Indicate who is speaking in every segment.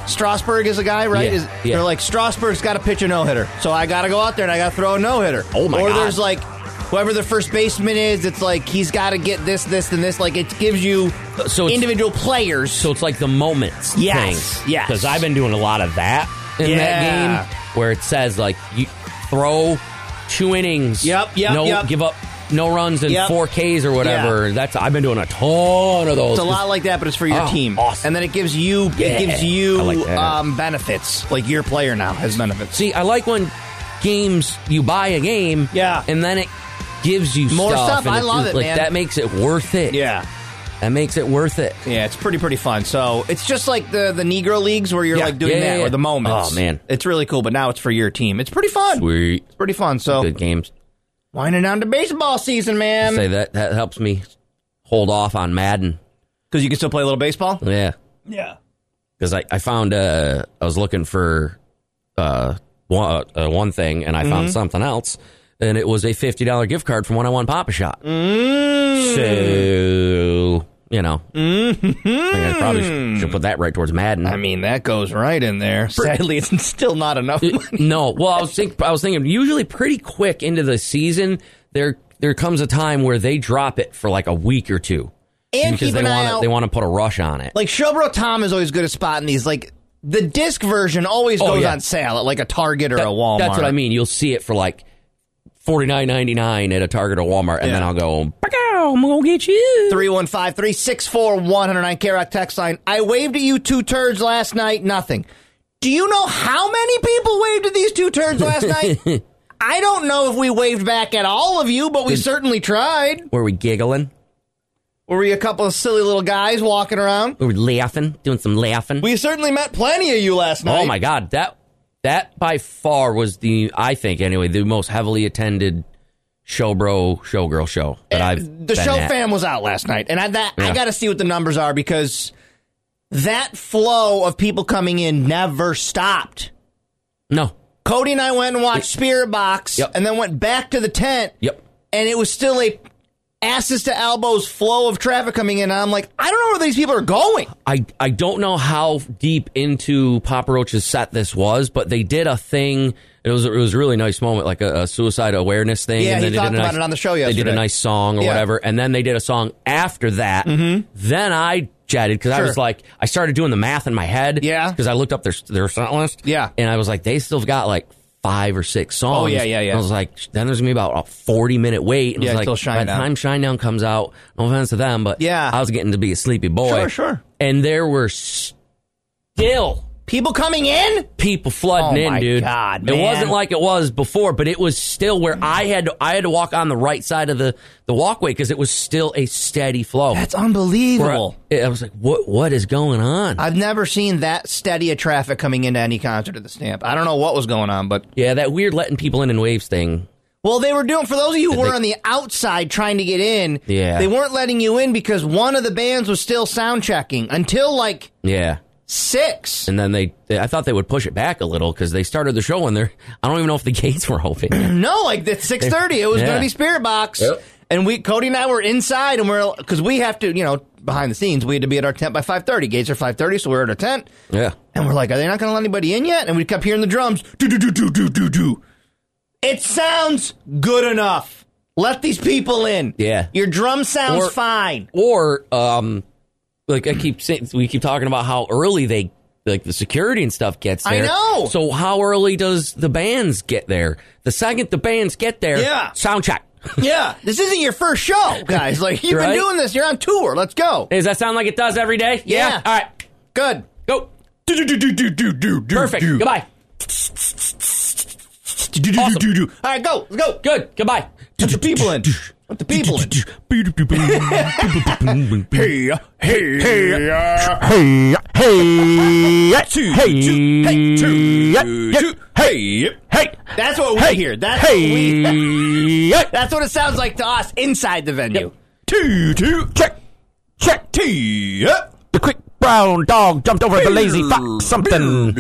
Speaker 1: Strasburg is a guy, right?
Speaker 2: Yeah,
Speaker 1: is,
Speaker 2: yeah.
Speaker 1: They're like Strasburg's got to pitch a no hitter, so I got to go out there and I got to throw a no hitter.
Speaker 2: Oh, my
Speaker 1: Or
Speaker 2: God.
Speaker 1: there's like whoever the first baseman is. It's like he's got to get this, this, and this. Like it gives you
Speaker 2: So it's-
Speaker 1: individual players.
Speaker 2: So it's like the moments.
Speaker 1: Yes,
Speaker 2: Thing.
Speaker 1: yes.
Speaker 2: Because I've been doing a lot of that in
Speaker 1: Yeah.
Speaker 2: that game where it says, like, you throw two innings.
Speaker 1: Yep, yep,
Speaker 2: no,
Speaker 1: yep.
Speaker 2: Give up no runs and
Speaker 1: Yep.
Speaker 2: four Ks or whatever. That's I've been doing a ton of those.
Speaker 1: It's a lot like that, but it's for your
Speaker 2: Oh,
Speaker 1: team.
Speaker 2: awesome.
Speaker 1: And then it gives you
Speaker 2: Yeah.
Speaker 1: it gives
Speaker 2: I
Speaker 1: you
Speaker 2: like that.
Speaker 1: um, benefits. Like your player now has benefits.
Speaker 2: See, I like when games, you buy a game.
Speaker 1: Yeah.
Speaker 2: And then it gives you
Speaker 1: More stuff.
Speaker 2: and
Speaker 1: I
Speaker 2: it's
Speaker 1: love
Speaker 2: just,
Speaker 1: it,
Speaker 2: like,
Speaker 1: man.
Speaker 2: That makes it worth it.
Speaker 1: Yeah.
Speaker 2: That makes it worth it.
Speaker 1: Yeah, it's pretty pretty fun. So it's just like the the Negro leagues where you're
Speaker 2: Yeah.
Speaker 1: like doing
Speaker 2: Yeah, yeah,
Speaker 1: that
Speaker 2: yeah.
Speaker 1: or the moments.
Speaker 2: Oh, man.
Speaker 1: it's really cool. But now it's for your team. It's pretty fun.
Speaker 2: Sweet.
Speaker 1: It's pretty fun. So
Speaker 2: Good games.
Speaker 1: winding down to baseball season, man.
Speaker 2: Say that that helps me hold off on Madden.
Speaker 1: Because you can still play a little baseball.
Speaker 2: Yeah.
Speaker 1: Yeah.
Speaker 2: because I, I found uh I was looking for uh one, uh, one thing and I
Speaker 1: Mm-hmm.
Speaker 2: found something else and it was a fifty dollar gift card from one I one Papa Shop.
Speaker 1: Mm.
Speaker 2: So you know, I think I probably should, should put that right towards Madden.
Speaker 1: Mm-hmm. I mean that goes right in there. Sadly, it's still not enough. money.
Speaker 2: no, well I was think I was thinking usually pretty quick into the season there there comes a time where they drop it for like a week or two
Speaker 1: And
Speaker 2: because
Speaker 1: keep
Speaker 2: they
Speaker 1: an
Speaker 2: want
Speaker 1: eye out.
Speaker 2: they want to put a rush on it.
Speaker 1: Like Showbro Tom is always good at spotting these. Like the disc version always
Speaker 2: Oh,
Speaker 1: goes
Speaker 2: yeah.
Speaker 1: on sale at like a Target or
Speaker 2: That-
Speaker 1: a Walmart.
Speaker 2: That's what I mean. You'll see it for like forty nine ninety nine at a Target or Walmart, and then
Speaker 1: Yeah.
Speaker 2: I'll go, "Pacow, I'm gonna get you.
Speaker 1: 315 364 109 Rock text line. I waved at you two turds last night, nothing. Do you know how many people waved at these two turds last night? I don't know if we waved back at all of you, but we certainly tried.
Speaker 2: Were we giggling?
Speaker 1: Were we a couple of silly little guys walking around?
Speaker 2: Were we laughing? Doing some laughing?
Speaker 1: We certainly met plenty of you last night.
Speaker 2: oh my god, that that by far was the I think anyway the most heavily attended showbro showgirl show that I've
Speaker 1: Eh, the
Speaker 2: been
Speaker 1: show
Speaker 2: at.
Speaker 1: fam was out last night, and I that I
Speaker 2: Yeah.
Speaker 1: got to see what the numbers are because that flow of people coming in never stopped.
Speaker 2: No.
Speaker 1: Cody and I went and watched Spirit Box,
Speaker 2: Yep.
Speaker 1: and then went back to the tent.
Speaker 2: Yep.
Speaker 1: and it was still a asses to elbows flow of traffic coming in. And I'm like, I don't know where these people are going.
Speaker 2: I, I don't know how deep into Papa Roach's set this was, but they did a thing. It was it was a really nice moment, like a, a suicide awareness thing.
Speaker 1: Yeah, he
Speaker 2: they did a
Speaker 1: talked about it on the show
Speaker 2: They did
Speaker 1: yesterday.
Speaker 2: a nice song or
Speaker 1: Yeah. Mm-hmm.
Speaker 2: whatever, and then they did a song after that. Then I chatted because I
Speaker 1: Sure.
Speaker 2: was like, I started doing the math in my head.
Speaker 1: Yeah.
Speaker 2: because I looked up their their set list.
Speaker 1: Yeah.
Speaker 2: and I was like, they still got like five or six songs.
Speaker 3: Oh, yeah, yeah, yeah.
Speaker 2: And I was like, sh- then there's gonna be about a forty minute wait. And I
Speaker 3: Yeah,
Speaker 2: was like,
Speaker 3: till
Speaker 2: by
Speaker 3: Shinedown.
Speaker 2: the time Shinedown comes out, no offense to them, but
Speaker 1: Yeah.
Speaker 2: I was getting to be a sleepy boy.
Speaker 3: Sure, sure.
Speaker 2: And there were still
Speaker 1: People coming in?
Speaker 2: people flooding
Speaker 1: Oh,
Speaker 2: in,
Speaker 1: my
Speaker 2: dude.
Speaker 1: God,
Speaker 2: It
Speaker 1: man.
Speaker 2: wasn't like it was before, but it was still where I had to, I had to walk on the right side of the the walkway because it was still a steady flow.
Speaker 1: That's unbelievable.
Speaker 2: I, I was like, what what is going on?
Speaker 1: I've never seen that steady of traffic coming into any concert at the Stamp. I don't know what was going on, but
Speaker 2: yeah, that weird letting people in in waves thing.
Speaker 1: well, they were doing for those of you who
Speaker 2: Did
Speaker 1: were
Speaker 2: they-
Speaker 1: on the outside trying to get in.
Speaker 2: Yeah.
Speaker 1: they weren't letting you in because one of the bands was still sound checking until like
Speaker 2: Yeah.
Speaker 1: six.
Speaker 2: And then they, they I thought they would push it back a little because they started the show and they're, I don't even know if the gates were open.
Speaker 1: No, like at six thirty, it was
Speaker 2: Yeah.
Speaker 1: going to be Spirit Box,
Speaker 2: Yep.
Speaker 1: and we Cody and I were inside, and we're because we have to, you know, behind the scenes, we had to be at our tent by five thirty. Gates are five thirty, so we're at our tent.
Speaker 2: yeah.
Speaker 1: And we're like, are they not going to let anybody in yet? And we kept hearing the drums. Do, do, do, do, do, do, do. It sounds good enough. Let these people in.
Speaker 2: Yeah.
Speaker 1: Your drum sounds
Speaker 2: Or-
Speaker 1: fine.
Speaker 2: Or, um, like I keep saying, we keep talking about how early they, like the security and stuff gets
Speaker 1: I
Speaker 2: there.
Speaker 1: know.
Speaker 2: So how early does the bands get there? The second the bands get there,
Speaker 1: Yeah.
Speaker 2: sound check.
Speaker 1: Yeah. This isn't your first show, guys. Like, you've
Speaker 2: Right?
Speaker 1: been doing this. You're on tour. Let's go.
Speaker 2: Does that sound like it does every day?
Speaker 1: Yeah.
Speaker 2: All right.
Speaker 1: Good.
Speaker 2: Go. Perfect. Goodbye.
Speaker 1: Awesome. All right, go. Let's go.
Speaker 2: Good. Goodbye.
Speaker 1: Let the people in. Let the people in. Hey, hey,
Speaker 4: Hey,
Speaker 1: hey,
Speaker 4: hey, hey, hey, hey, hey.
Speaker 1: That's what we
Speaker 4: Hey,
Speaker 1: hear. That's what we.
Speaker 4: Hey,
Speaker 1: That's what it sounds like to us inside the venue.
Speaker 4: two, two, check, check, tee up. The quick brown dog jumped over the lazy fox something.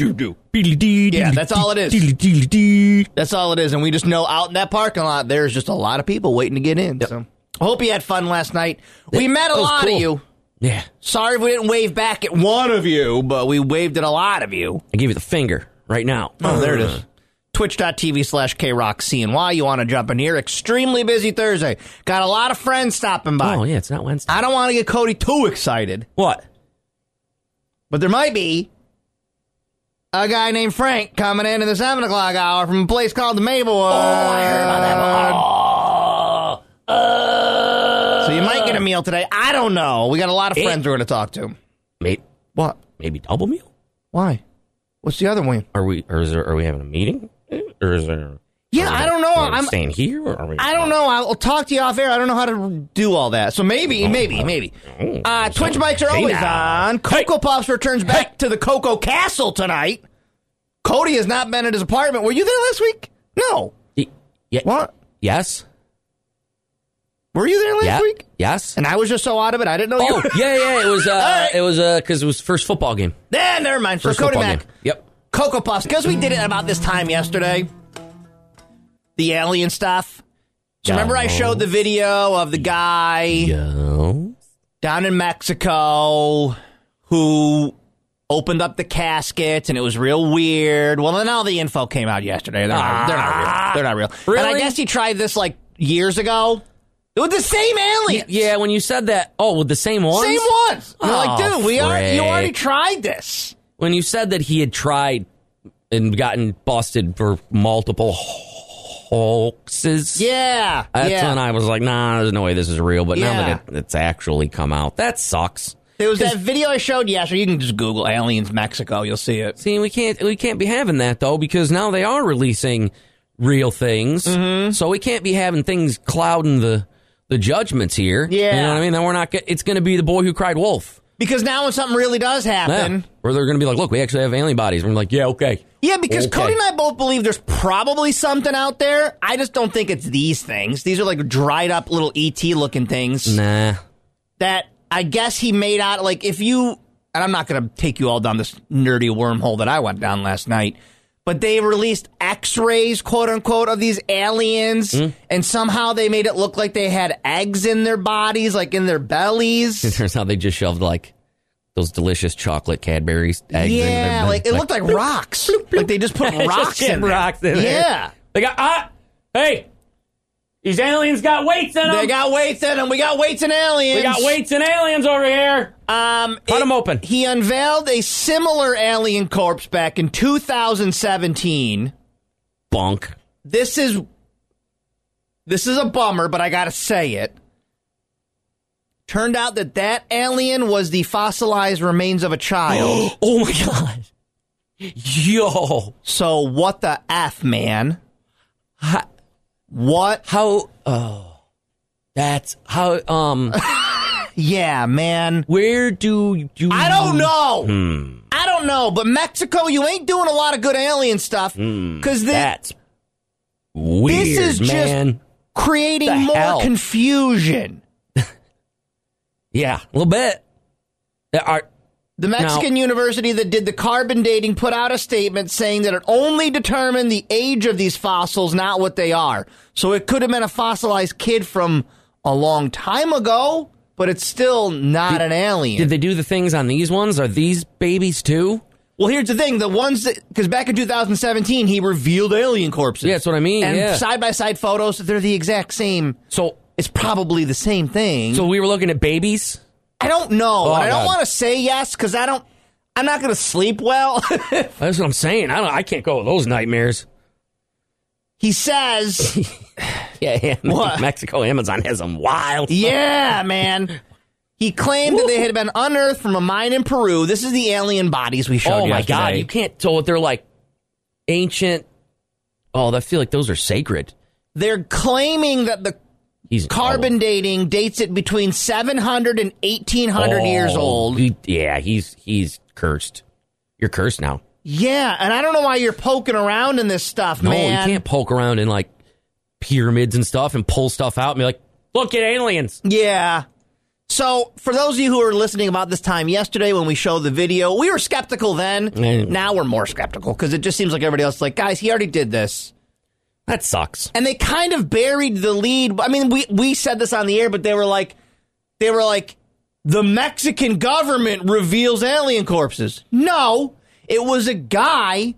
Speaker 1: Yeah, that's all it is.
Speaker 4: is.
Speaker 1: That's all it is, and we just know out in that parking lot there's just a lot of people waiting to get in. So I hope you had fun last night. We met a
Speaker 2: was
Speaker 1: lot
Speaker 2: cool.
Speaker 1: of you.
Speaker 2: Yeah.
Speaker 1: Sorry if we didn't wave back at one of you, but we waved at a lot of you.
Speaker 2: I give you the finger right now.
Speaker 1: Oh, there it is. Twitch.tv slash KRockCNY. You want to jump in here? Extremely busy Thursday. Got a lot of friends stopping by.
Speaker 2: Oh, yeah. It's not Wednesday.
Speaker 1: I don't want to get Cody too excited,
Speaker 2: What?
Speaker 1: but there might be a guy named Frank coming in in the 7 o'clock hour from a place called the Maplewood. Oh, I heard about that. Oh, uh, So you might get a meal today. I don't know. We got a lot of
Speaker 2: Eh.
Speaker 1: friends we're going to talk to.
Speaker 2: Maybe,
Speaker 1: What?
Speaker 2: maybe double meal?
Speaker 1: Why? What's the other one?
Speaker 2: Are we? Or is there? Are we having a meeting? Or is there?
Speaker 1: Yeah,
Speaker 2: are we-
Speaker 1: I don't know.
Speaker 2: are we
Speaker 1: I'm-
Speaker 2: staying here. Or are we,
Speaker 1: I don't know. I'll talk to you off air. I don't know how to do all that. So
Speaker 2: Oh,
Speaker 1: maybe, maybe, maybe. Uh, Twitch mics are always on. Cocoa Pops returns back to the Cocoa Castle tonight. Cody has not been at his apartment. Were you there last week? No.
Speaker 2: Y- Yeah,
Speaker 1: What?
Speaker 2: Yes.
Speaker 1: Were you there last
Speaker 2: Yeah.
Speaker 1: week?
Speaker 2: Yes.
Speaker 1: And I was just so out of it, I didn't know you.
Speaker 2: oh,
Speaker 1: were-
Speaker 2: yeah, yeah. It was. Uh,
Speaker 1: right.
Speaker 2: It was because it was first football game.
Speaker 1: Nah, never mind. So
Speaker 2: First
Speaker 1: Cody
Speaker 2: football
Speaker 1: Mac,
Speaker 2: game. Yep.
Speaker 1: Cocoa Puffs, because we did it about this time yesterday. The alien stuff. So remember, I showed the video of the guy
Speaker 2: Yo.
Speaker 1: down in Mexico who opened up the caskets and it was real weird. Well, then all the info came out yesterday. They're not, they're not real. They're not real. And I
Speaker 2: Ah. Really?
Speaker 1: guess he tried this like years ago with the same aliens.
Speaker 2: Yeah. When you said that, oh, with the same ones.
Speaker 1: Same ones. You're like,
Speaker 2: Oh,
Speaker 1: dude, we already, you
Speaker 2: frick.
Speaker 1: already tried this.
Speaker 2: When you said that he had tried and gotten busted for multiple hoaxes.
Speaker 1: Yeah.
Speaker 2: That's
Speaker 1: yeah.
Speaker 2: when I was like, nah, there's no way this is real. But now
Speaker 1: Yeah.
Speaker 2: that it, it's actually come out, that sucks.
Speaker 1: There was that video I showed yesterday. You can just Google aliens Mexico. You'll see it.
Speaker 2: See, we can't we can't be having that though because now they are releasing real things,
Speaker 1: Mm-hmm.
Speaker 2: so we can't be having things clouding the the judgments here. you
Speaker 1: Yeah.
Speaker 2: know what I mean. Then we're not. get- It's going to be the boy who cried wolf.
Speaker 1: Because now when something really does happen,
Speaker 2: Yeah. Where they're going to be like, look, we actually have alien bodies. And we're like, yeah, okay.
Speaker 1: Yeah, because
Speaker 2: Okay.
Speaker 1: Cody and I both believe there's probably something out there. I just don't think it's these things. These are like dried up little ET looking things
Speaker 2: Nah,
Speaker 1: that I guess he made out. Like if you, and I'm not going to take you all down this nerdy wormhole that I went down last night, but they released x rays, quote unquote, of these aliens, and somehow they made it look like they had eggs in their bodies, like in their bellies.
Speaker 2: turns out they just shoved like those delicious chocolate Cadbury's eggs. in there.
Speaker 1: yeah, like it looked like rocks. Like they just put
Speaker 2: Just
Speaker 1: rocks
Speaker 2: get
Speaker 1: in there.
Speaker 2: rocks in there.
Speaker 1: Yeah.
Speaker 2: They got ah, hey,
Speaker 5: These aliens got weights in them.
Speaker 1: They got weights in them. We got weights and aliens.
Speaker 5: we got weights and aliens over here.
Speaker 1: Um,
Speaker 5: Cut
Speaker 1: it-
Speaker 5: 'em open.
Speaker 1: He unveiled a similar alien corpse back in 2017.
Speaker 2: Bunk.
Speaker 1: This is this is a bummer, but I gotta say it. Turned out that that alien was the fossilized remains of a child.
Speaker 2: Oh my god. Yo.
Speaker 1: so what the f, man? What?
Speaker 2: How oh. That's how um
Speaker 1: Yeah, man.
Speaker 2: where do you
Speaker 1: I don't know.
Speaker 2: Hmm.
Speaker 1: I don't know, but Mexico, you ain't doing a lot of good alien stuff because
Speaker 2: Hmm. That's weird,
Speaker 1: is just-
Speaker 2: man.
Speaker 1: creating
Speaker 2: The
Speaker 1: more
Speaker 2: hell?
Speaker 1: confusion.
Speaker 2: yeah, a little bit. There are
Speaker 1: The Mexican university that did the carbon dating put out a statement saying that it only determined the age of these fossils, not what they are. So it could have been a fossilized kid from a long time ago, but it's still not an alien.
Speaker 2: did they do the things on these ones? Are these babies too?
Speaker 1: well, here's the thing: the ones that because back in 2017 he revealed alien corpses.
Speaker 2: Yeah, that's what I mean, yeah.
Speaker 1: And side by side photos, they're the exact same.
Speaker 2: So
Speaker 1: It's probably the same thing.
Speaker 2: so we were looking at babies?
Speaker 1: I don't know.
Speaker 2: Oh,
Speaker 1: and I don't
Speaker 2: God.
Speaker 1: want to say yes because I don't. I'm not going to sleep well.
Speaker 2: That's what I'm saying. I don't I can't go with those nightmares.
Speaker 1: he says,
Speaker 2: Yeah, yeah.
Speaker 1: What?
Speaker 2: Mexico Amazon has them wild.
Speaker 1: "Yeah, man." He claimed that they had been unearthed from a mine in Peru. This is the alien bodies we showed
Speaker 2: Oh my
Speaker 1: yesterday.
Speaker 2: god, you can't so they're like ancient Oh, I feel like those are sacred.
Speaker 1: They're claiming that the
Speaker 2: He's
Speaker 1: carbon dating dates it between 700 and 1800 years
Speaker 2: Oh,
Speaker 1: old.
Speaker 2: he- yeah, he's he's cursed. You're cursed now.
Speaker 1: Yeah, and I don't know why you're poking around in this stuff,
Speaker 2: No,
Speaker 1: man.
Speaker 2: you can't poke around in like pyramids and stuff and pull stuff out and be like, look at aliens.
Speaker 1: Yeah. So, for those of you who were listening about this time yesterday when we showed the video, we were skeptical then.
Speaker 2: Mm.
Speaker 1: Now we're more skeptical because it just seems like everybody else is like, guys, he already did this.
Speaker 2: That sucks.
Speaker 1: And they kind of buried the lead. I mean, we, we said this on the air, but they were like, they were like, the Mexican government reveals alien corpses. No, it was a guy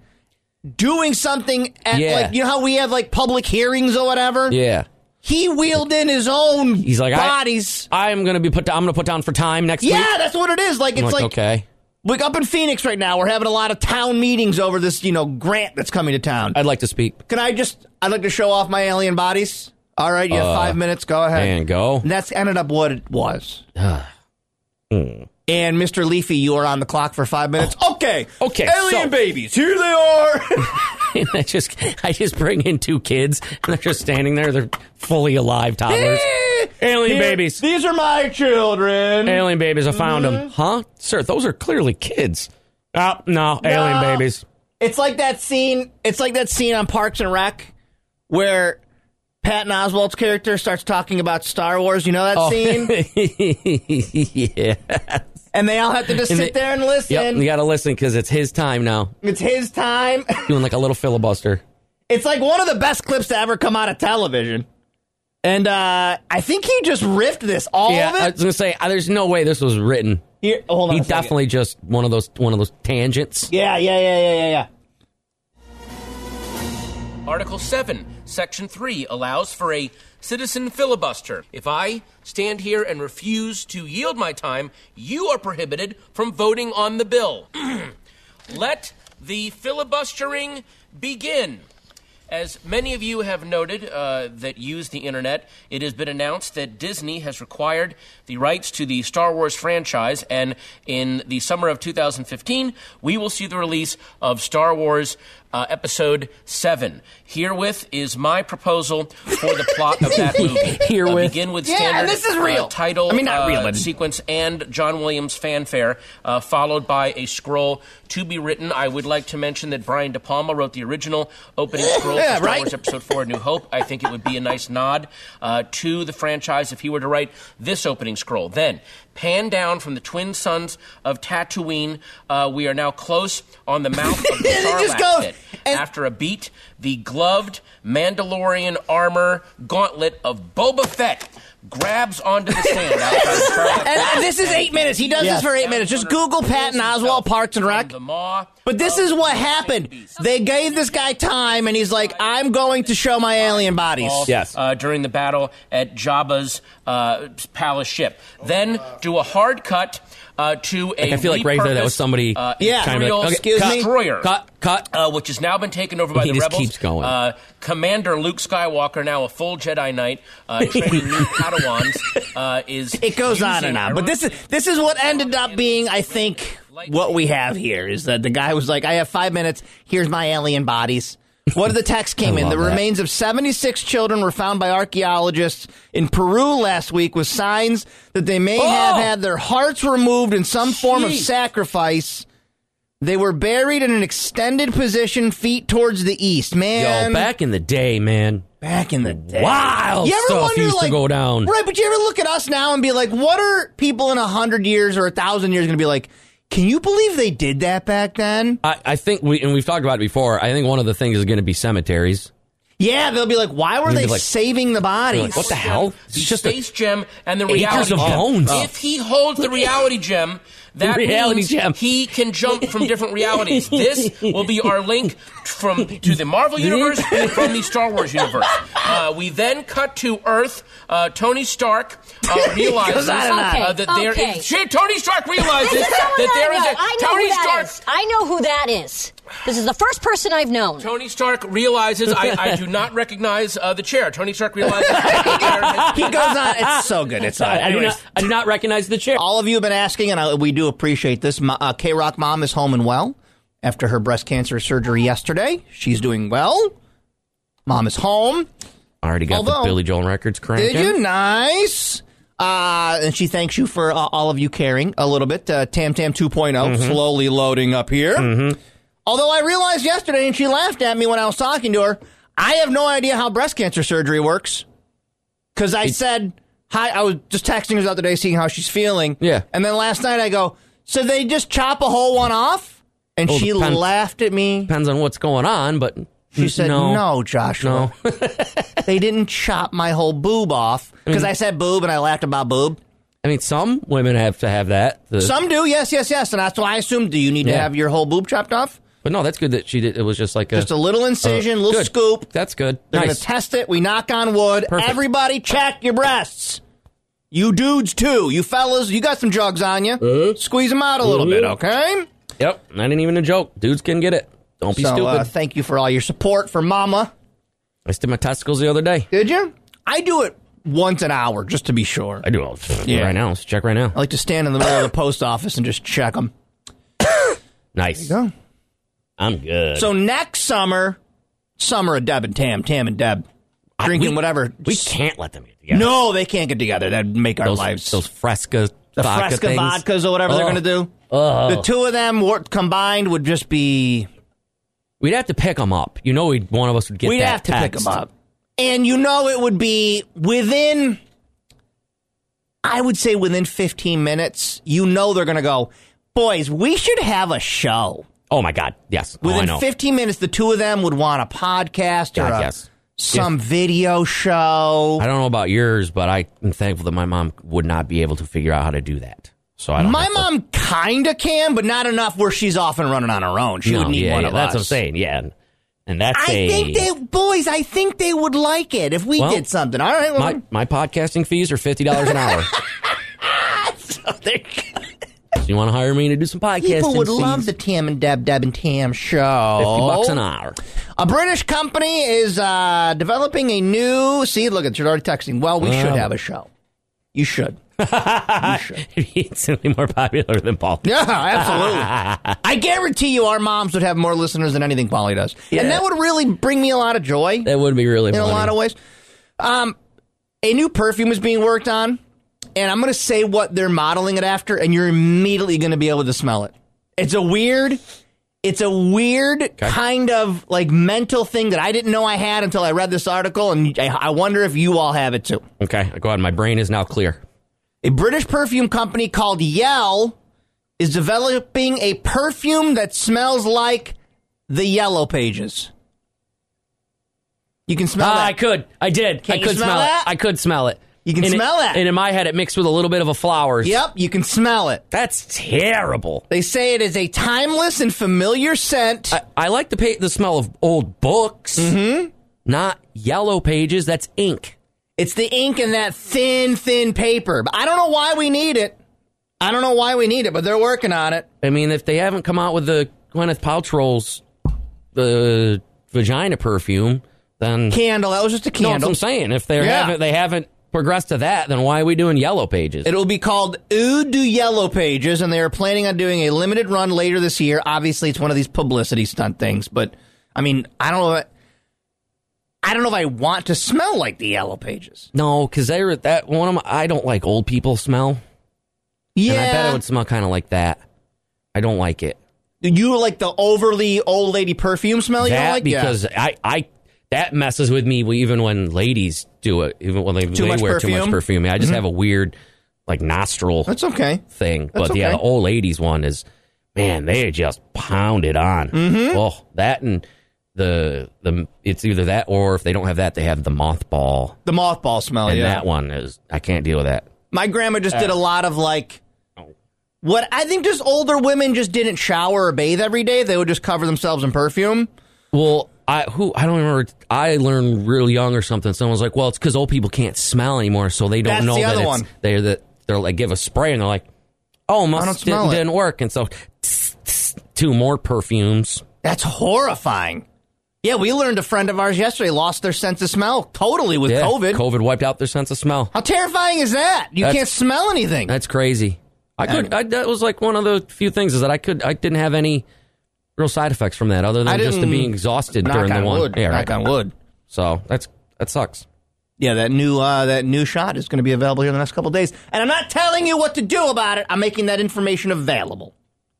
Speaker 1: doing something at
Speaker 2: Yeah.
Speaker 1: like, you know how we have like public hearings or whatever?
Speaker 2: Yeah.
Speaker 1: He wheeled in his own
Speaker 2: He's like, I-
Speaker 1: bodies.
Speaker 2: I'm gonna be put down I'm gonna put down for time next week.
Speaker 1: Yeah, that's what it is. Like it's
Speaker 2: I'm
Speaker 1: like,
Speaker 2: like, okay.
Speaker 1: like up in Phoenix right now, we're having a lot of town meetings over this, you know, grant that's coming to town.
Speaker 2: I'd like to speak.
Speaker 1: Can I just? I'd like to show off my alien bodies. All right, you have five minutes. Go ahead.
Speaker 2: And Uh, go.
Speaker 1: And that's ended up what it was. Hmm. And Mr. Leafy, you are on the clock for five minutes. Okay.
Speaker 2: Oh. Okay,
Speaker 1: Alien
Speaker 2: so-
Speaker 1: babies, here they are.
Speaker 2: And I just I just bring in two kids and they're just standing there, they're fully alive toddlers. Alien
Speaker 1: Here-
Speaker 2: babies.
Speaker 1: These are my children.
Speaker 2: Alien babies, I found them. Mm-hmm. Huh? Sir, those are clearly kids. Oh, no, alien
Speaker 1: No.
Speaker 2: babies.
Speaker 1: It's like that scene. It's like that scene on Parks and Rec where Patton Oswald's character starts talking about Star Wars. You know that scene,
Speaker 2: Oh. yeah.
Speaker 1: and they all have to just
Speaker 2: And
Speaker 1: sit
Speaker 2: they-
Speaker 1: there and listen.
Speaker 2: Yep, you got to listen because it's his time now.
Speaker 1: It's his time.
Speaker 2: Doing like a little filibuster.
Speaker 1: it's like one of the best clips to ever come out of television. And uh, I think he just riffed this all
Speaker 2: yeah, I
Speaker 1: of
Speaker 2: was
Speaker 1: it.
Speaker 2: gonna say uh, there's no way this was written.
Speaker 1: Here- hold on,
Speaker 2: He
Speaker 1: a second.
Speaker 2: definitely just one of those one of those tangents.
Speaker 1: Yeah, yeah, yeah, yeah, yeah, yeah.
Speaker 4: Article 7, Section 3 allows for a citizen filibuster. If I stand here and refuse to yield my time, you are prohibited from voting on the bill. Let the filibustering begin. As many of you have noted uh, that use the internet, it has been announced that Disney has required the rights to the Star Wars franchise, and in the summer of 2015, we will see the release of Star Wars uh, Episode 7. Herewith is my proposal for the plot of that movie.
Speaker 2: Herewith.
Speaker 4: Uh, begin with
Speaker 1: Yeah,
Speaker 4: standard
Speaker 1: this is real.
Speaker 4: uh, title,
Speaker 1: I mean, not
Speaker 4: uh,
Speaker 1: real, but-
Speaker 4: sequence and John Williams fanfare, uh, followed by a scroll to be written. I would like to mention that Brian De Palma wrote the original opening scroll
Speaker 1: Yeah,
Speaker 4: for Star
Speaker 1: right.
Speaker 4: Wars Episode 4 New Hope. I think it would be a nice nod uh, to the franchise if he were to write this opening scroll. Then, pan down from the twin sons of Tatooine. Uh, we are now close on the mouth of the
Speaker 1: It just
Speaker 4: Sarlacc
Speaker 1: goes,
Speaker 4: pit.
Speaker 1: and-
Speaker 4: After a beat, the gloved Mandalorian armor gauntlet of Boba Fett grabs onto the stand outside the parliament
Speaker 1: And this is eight minutes. He does
Speaker 6: Yes.
Speaker 1: this for eight minutes. Just Google Patton Oswald Parks and Rec.
Speaker 4: the maw.
Speaker 1: But this is what happened.
Speaker 4: Beast.
Speaker 1: They gave this guy time, and he's like, "I'm going to show my alien bodies."
Speaker 2: Yes.
Speaker 4: uh, during the battle at Jabba's uh, palace ship. Then do a hard cut uh, to a.
Speaker 2: I feel like right there that was
Speaker 4: repurposed,
Speaker 2: somebody
Speaker 4: uh,
Speaker 1: Yeah.
Speaker 2: trying to be
Speaker 4: Imperial
Speaker 2: like, okay,
Speaker 1: excuse
Speaker 2: cut,
Speaker 1: me.
Speaker 4: destroyer.
Speaker 2: Cut, cut.
Speaker 4: Uh, which has now been taken over by
Speaker 2: He
Speaker 4: the
Speaker 2: just
Speaker 4: rebels.
Speaker 2: keeps going.
Speaker 4: Uh, Commander Luke Skywalker, now a full Jedi Knight, uh, training new Padawans, uh, is
Speaker 1: It goes on
Speaker 4: using
Speaker 1: and on. But this is this is what ended up being, I think, what we have here is that the guy was like, "I have five minutes. Here's my alien bodies." What the text came
Speaker 2: I
Speaker 1: in? The
Speaker 2: love that.
Speaker 1: remains of 76 children were found by archaeologists in Peru last week with signs that they
Speaker 2: Oh!
Speaker 1: may have had their hearts removed in some form of sacrifice. They were buried in an extended position, feet towards the east. Man,
Speaker 2: Yo, Oh, back in the day, man.
Speaker 1: back in the day.
Speaker 2: Wild
Speaker 1: You ever
Speaker 2: Oh, stuff
Speaker 1: wonder,
Speaker 2: used
Speaker 1: like-
Speaker 2: to go down.
Speaker 1: Right, but you ever look at us now and be like, what are people in a hundred years or a thousand years going to be like? Can you believe they did that back then?
Speaker 2: I, I think we and we've talked about it before. I think one of the things is going to be cemeteries.
Speaker 1: Yeah, they'll be like, why were
Speaker 2: You'd be
Speaker 1: they
Speaker 2: like-
Speaker 1: saving the
Speaker 2: You're
Speaker 1: bodies?
Speaker 2: like, what the hell?
Speaker 4: The
Speaker 2: It's just a,
Speaker 4: space gem and the
Speaker 2: Acres
Speaker 4: reality
Speaker 2: of
Speaker 4: gem.
Speaker 2: bones.
Speaker 4: If he holds the reality gem, that
Speaker 2: Reality
Speaker 4: means
Speaker 2: gem.
Speaker 4: he can jump from different realities. This will be our link from to the Marvel universe and from the Star Wars universe. Uh, we then cut to Earth. Uh, Tony Stark uh, realizes
Speaker 1: on and on.
Speaker 4: uh, that there is
Speaker 7: Okay.
Speaker 4: Shit, Tony Stark realizes
Speaker 7: This is someone
Speaker 4: that there
Speaker 7: I
Speaker 4: is
Speaker 7: know.
Speaker 4: a
Speaker 7: I know
Speaker 4: Tony
Speaker 7: who that
Speaker 4: Stark.
Speaker 7: is. I know who that is. This is the first person I've known.
Speaker 4: Tony Stark realizes I, I do not recognize uh, the chair. Tony Stark realizes that the chair has
Speaker 1: he goes on. It's so good. It's on.
Speaker 2: I uh, do,
Speaker 1: Anyways,
Speaker 2: not, I do not recognize the chair.
Speaker 1: all of you have been asking, and I, we do appreciate this. Mo- Uh, K Rock Mom is home and well after her breast cancer surgery yesterday. She's doing well. Mom is home.
Speaker 2: Already got
Speaker 1: Although-
Speaker 2: the Billy Joel records cranking.
Speaker 1: Did you? Nice. Uh, and she thanks you for uh, all of you caring a little bit. Uh, Tam Tam 2
Speaker 2: Mm-hmm.
Speaker 1: slowly loading up here. Although I realized yesterday, and she laughed at me when I was talking to her, I have no idea how breast cancer surgery works. Because I said, hi, I was just texting her the other day, seeing how she's feeling.
Speaker 2: Yeah.
Speaker 1: And then last night I go, so they just chop a whole one off? And
Speaker 2: Oh,
Speaker 1: she
Speaker 2: depends.
Speaker 1: laughed at me.
Speaker 2: Depends on what's going on, but
Speaker 1: She said,
Speaker 2: no.
Speaker 1: no, Joshua.
Speaker 2: No.
Speaker 1: they didn't chop my whole boob off. Because I said boob and I laughed about boob.
Speaker 2: I mean, some women have to have that. The-
Speaker 1: Some do, yes, yes, yes. And that's why I assume do you need to
Speaker 2: Yeah.
Speaker 1: have your whole boob chopped off?
Speaker 2: but no, that's good that she did. It was just like a,
Speaker 1: Just a little incision, a little
Speaker 2: Uh, good.
Speaker 1: scoop.
Speaker 2: That's good.
Speaker 1: They're
Speaker 2: nice.
Speaker 1: gonna test it. We knock on wood.
Speaker 2: Perfect.
Speaker 1: Everybody check your breasts. You dudes too. You fellas, you got some jugs on you.
Speaker 2: Uh-huh.
Speaker 1: Squeeze them out a little bit, okay?
Speaker 2: yep, that ain't even a joke. Dudes can get it. Don't be
Speaker 1: So
Speaker 2: stupid.
Speaker 1: uh, thank you for all your support for Mama.
Speaker 2: I did my testicles the other day.
Speaker 1: Did you? I do it once an hour just to be sure.
Speaker 2: I do all
Speaker 1: Yeah. Oh,
Speaker 2: right now. Let's check right now.
Speaker 1: I like to stand in the middle of the post office and just check them.
Speaker 2: Nice.
Speaker 1: go.
Speaker 2: I'm good.
Speaker 1: So next summer, summer of Deb and Tam, Tam and Deb,
Speaker 2: I-
Speaker 1: drinking
Speaker 2: we-
Speaker 1: whatever.
Speaker 2: We can't let them get together.
Speaker 1: No, they can't get together. That'd make our
Speaker 2: those,
Speaker 1: lives.
Speaker 2: those fresca
Speaker 1: the
Speaker 2: vodka
Speaker 1: fresca
Speaker 2: things. Oh.
Speaker 1: vodkas or whatever they're
Speaker 2: Ugh.
Speaker 1: going to do.
Speaker 2: Ugh.
Speaker 1: The two of them wor- combined would just be.
Speaker 2: We'd have to pick them up. You know, we'd one of us would get.
Speaker 1: we'd
Speaker 2: that
Speaker 1: have to pick
Speaker 2: text.
Speaker 1: them up. And you know, it would be within, I would say within 15 minutes, you know they're going to go, boys, we should have a show.
Speaker 2: Oh my god! Yes. oh, I
Speaker 1: Within
Speaker 2: know.
Speaker 1: 15 minutes, the two of them would want a podcast or
Speaker 2: God,
Speaker 1: a-
Speaker 2: yes.
Speaker 1: some video show.
Speaker 2: I don't know about yours, but I am thankful that my mom would not be able to figure out how to do that. So I don't.
Speaker 1: My
Speaker 2: have to-
Speaker 1: mom kind of can, but not enough where she's off and running on her own. She
Speaker 2: No,
Speaker 1: would need
Speaker 2: yeah,
Speaker 1: one
Speaker 2: yeah,
Speaker 1: of
Speaker 2: that's
Speaker 1: us.
Speaker 2: what I'm saying. Yeah, and, and that's
Speaker 1: I
Speaker 2: a-
Speaker 1: think they, boys, I think they would like it if we
Speaker 2: Well,
Speaker 1: did something. All right, well,
Speaker 2: my my podcasting fees are fifty dollars an hour.
Speaker 1: there-
Speaker 2: so you want to hire me to do some podcasting?
Speaker 1: people would
Speaker 2: fees,
Speaker 1: love the Oh. Tam and Deb, Deb and Tam show.
Speaker 2: fifty bucks an hour.
Speaker 1: A British company is uh, developing a new. See, look, it's already texting. Well, we should
Speaker 2: Wow.
Speaker 1: have a show. You should. you should.
Speaker 2: Instantly more popular than Paul.
Speaker 1: Yeah, absolutely. I guarantee you, our moms would have more listeners than anything Polly does, and that would really bring me a lot of joy.
Speaker 2: That would be really
Speaker 1: in a
Speaker 2: funny.
Speaker 1: lot of ways. Um, a new perfume is being worked on, and I'm going to say what they're modeling it after, and you're immediately going to be able to smell it. It's a weird, it's a weird kind of like mental thing that I didn't know I had until I read this article, and I, I wonder if you all have it too.
Speaker 2: Okay, go on. My brain is now clear.
Speaker 1: A British perfume company called Yell is developing a perfume that smells like the Yellow Pages. You can smell
Speaker 2: Ah,
Speaker 1: that.
Speaker 2: I could. I did.
Speaker 1: Can't
Speaker 2: Ah, I
Speaker 1: you
Speaker 2: could
Speaker 1: smell
Speaker 2: smell,
Speaker 1: that?
Speaker 2: it. I could smell it.
Speaker 1: You can
Speaker 2: And it-
Speaker 1: smell that.
Speaker 2: And in my head, it mixed with a little bit of a flowers.
Speaker 1: yep, you can smell it.
Speaker 2: That's terrible.
Speaker 1: They say it is a timeless and familiar scent.
Speaker 2: I, I like the pa- the smell of old books, mm-hmm. not yellow pages. That's ink.
Speaker 1: It's the ink in that thin, thin paper. But I don't know why we need it. I don't know why we need it, but they're working on it.
Speaker 2: I mean, if they haven't come out with the Gwyneth Paltrow's the vagina perfume, then
Speaker 1: Candle. That was just a
Speaker 2: No, that's what
Speaker 1: candle.
Speaker 2: I'm saying. If they
Speaker 1: Yeah.
Speaker 2: haven't they haven't progressed to that, then why are we doing yellow pages?
Speaker 1: It'll be called Oud du Yellow Pages, and they are planning on doing a limited run later this year. Obviously, it's one of these publicity stunt things, but I mean, I don't know. if- I don't know if I want to smell like the Yellow Pages.
Speaker 2: no, because they were that one. Of my, I don't like old people smell,
Speaker 1: Yeah,
Speaker 2: and I bet it would smell kind of like that. I don't like it.
Speaker 1: you like the overly old lady perfume smell. Oh, you
Speaker 2: that
Speaker 1: don't like Yeah.
Speaker 2: because I, I that messes with me even when ladies do it, even when they, they
Speaker 1: much
Speaker 2: wear too much
Speaker 1: perfume? Mm-hmm.
Speaker 2: perfume. I just have a weird like nostril
Speaker 1: that's okay.
Speaker 2: thing.
Speaker 1: that's
Speaker 2: But yeah, the
Speaker 1: okay.
Speaker 2: old ladies one is man, they just pound it on.
Speaker 1: Mm-hmm.
Speaker 2: Oh, that and the the it's either that or if they don't have that, they have the mothball.
Speaker 1: The mothball smell.
Speaker 2: and
Speaker 1: yeah,
Speaker 2: that one is I can't deal with that.
Speaker 1: My grandma just did a lot of like
Speaker 2: Oh.
Speaker 1: what I think just older women just didn't shower or bathe every day. They would just cover themselves in perfume.
Speaker 2: Well, I who I don't remember. I learned real young or something. Someone's like, "Well, it's because old people can't smell anymore, so they don't
Speaker 1: That's
Speaker 2: know
Speaker 1: the
Speaker 2: that
Speaker 1: other
Speaker 2: it's,
Speaker 1: one.
Speaker 2: they're that they're like give a spray and they're like, oh,
Speaker 1: don't
Speaker 2: must
Speaker 1: smell
Speaker 2: didn't,
Speaker 1: it."
Speaker 2: didn't work, and so tss, tss, two more perfumes.
Speaker 1: That's horrifying. Yeah, we learned a friend of ours yesterday lost their sense of smell totally with
Speaker 2: Yeah,
Speaker 1: COVID.
Speaker 2: COVID wiped out their sense of smell.
Speaker 1: How terrifying is that? You
Speaker 2: That's-
Speaker 1: can't smell anything.
Speaker 2: That's crazy. I could. I, that was like one of the few things is that I could. I didn't have any real side effects from that, other than
Speaker 1: I
Speaker 2: just the
Speaker 1: didn't-
Speaker 2: being exhausted
Speaker 1: Knock
Speaker 2: during
Speaker 1: on
Speaker 2: the one.
Speaker 1: wood.
Speaker 2: Yeah,
Speaker 1: Knock
Speaker 2: right.
Speaker 1: on wood.
Speaker 2: So that's that sucks.
Speaker 1: Yeah, that new uh, that new shot is going to be available here in the next couple of days, and I'm not telling you what to do about it. I'm making that information available.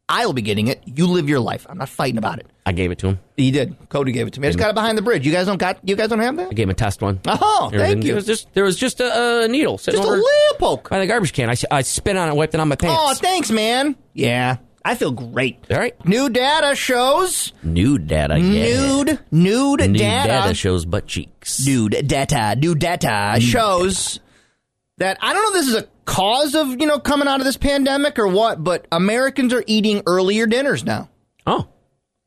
Speaker 1: I'll be getting it. You live your life. I'm not fighting about it.
Speaker 2: I gave it to him.
Speaker 1: He did. Cody gave it to me. I just got it behind the bridge. You guys don't got. You guys don't have that.
Speaker 2: I gave him a test one.
Speaker 1: Oh,
Speaker 2: There was
Speaker 1: thank
Speaker 2: a-
Speaker 1: you.
Speaker 2: There was just there was just a, a needle sitting
Speaker 1: Just a
Speaker 2: over
Speaker 1: little poke.
Speaker 2: by the garbage can. I, s- I spit on it, wiped it on my pants.
Speaker 1: Oh, thanks, man. Yeah, I feel great.
Speaker 2: All right.
Speaker 1: New data shows
Speaker 2: Nude data.
Speaker 1: nude, nude,
Speaker 2: Nude
Speaker 1: data,
Speaker 2: shows butt cheeks.
Speaker 1: nude data, nude data shows that I don't know. if This is a cause of you know coming out of this pandemic or what, but Americans are eating earlier dinners now.
Speaker 2: Oh,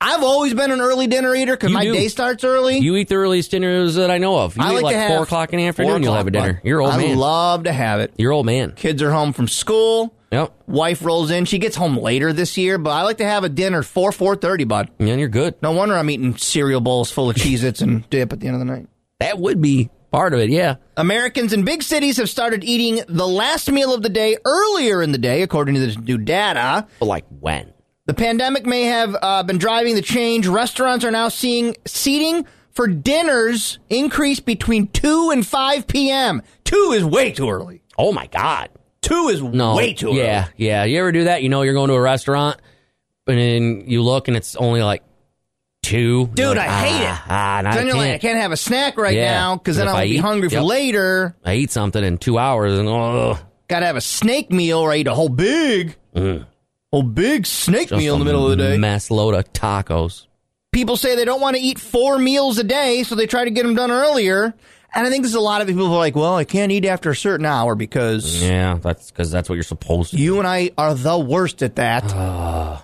Speaker 1: I've always been an early dinner eater because
Speaker 2: You
Speaker 1: my
Speaker 2: do.
Speaker 1: day starts early.
Speaker 2: you eat the earliest dinners that I know of. You
Speaker 1: I
Speaker 2: eat
Speaker 1: like,
Speaker 2: like
Speaker 1: to have
Speaker 2: four o'clock in the
Speaker 1: four
Speaker 2: afternoon. You'll
Speaker 1: o'clock,
Speaker 2: have a dinner.
Speaker 1: but
Speaker 2: You're old
Speaker 1: I
Speaker 2: man.
Speaker 1: love to have it.
Speaker 2: You're old man.
Speaker 1: Kids are home from school.
Speaker 2: Yep.
Speaker 1: Wife rolls in. She gets home later this year, but I like to have a dinner four four thirty, bud.
Speaker 2: Yeah, you're good.
Speaker 1: No wonder I'm eating cereal bowls full of Cheez Its and dip at the end of the night.
Speaker 2: That would be part of it. Yeah.
Speaker 1: Americans in big cities have started eating the last meal of the day earlier in the day, according to this new data.
Speaker 2: But like when?
Speaker 1: The pandemic may have uh, been driving the change. Restaurants are now seeing seating for dinners increase between 2 and 5 p.m. 2 is way too early.
Speaker 2: Oh my god.
Speaker 1: 2 is
Speaker 2: No.
Speaker 1: way too early.
Speaker 2: Yeah. Yeah. You ever do that? You know you're going to a restaurant and then you look and it's only like two.
Speaker 1: Dude,
Speaker 2: You're like,
Speaker 1: I hate
Speaker 2: ah,
Speaker 1: it.
Speaker 2: Ah, and I
Speaker 1: Then you're like, I
Speaker 2: can't.
Speaker 1: can't have a snack right
Speaker 2: Yeah.
Speaker 1: now because then
Speaker 2: If
Speaker 1: I'll
Speaker 2: I
Speaker 1: be
Speaker 2: eat-
Speaker 1: hungry for
Speaker 2: yep.
Speaker 1: later.
Speaker 2: I eat something in two hours and oh,
Speaker 1: Got to have a snake meal or I eat a whole big, whole big snake meal in the middle of the day.
Speaker 2: Mm-hmm. mess load of tacos.
Speaker 1: people say they don't want to eat four meals a day, so they try to get them done earlier. And I think there's a lot of people who are like, well, I can't eat after a certain hour because
Speaker 2: Yeah, that's because that's what you're supposed to. do.
Speaker 1: you and I are the worst at that.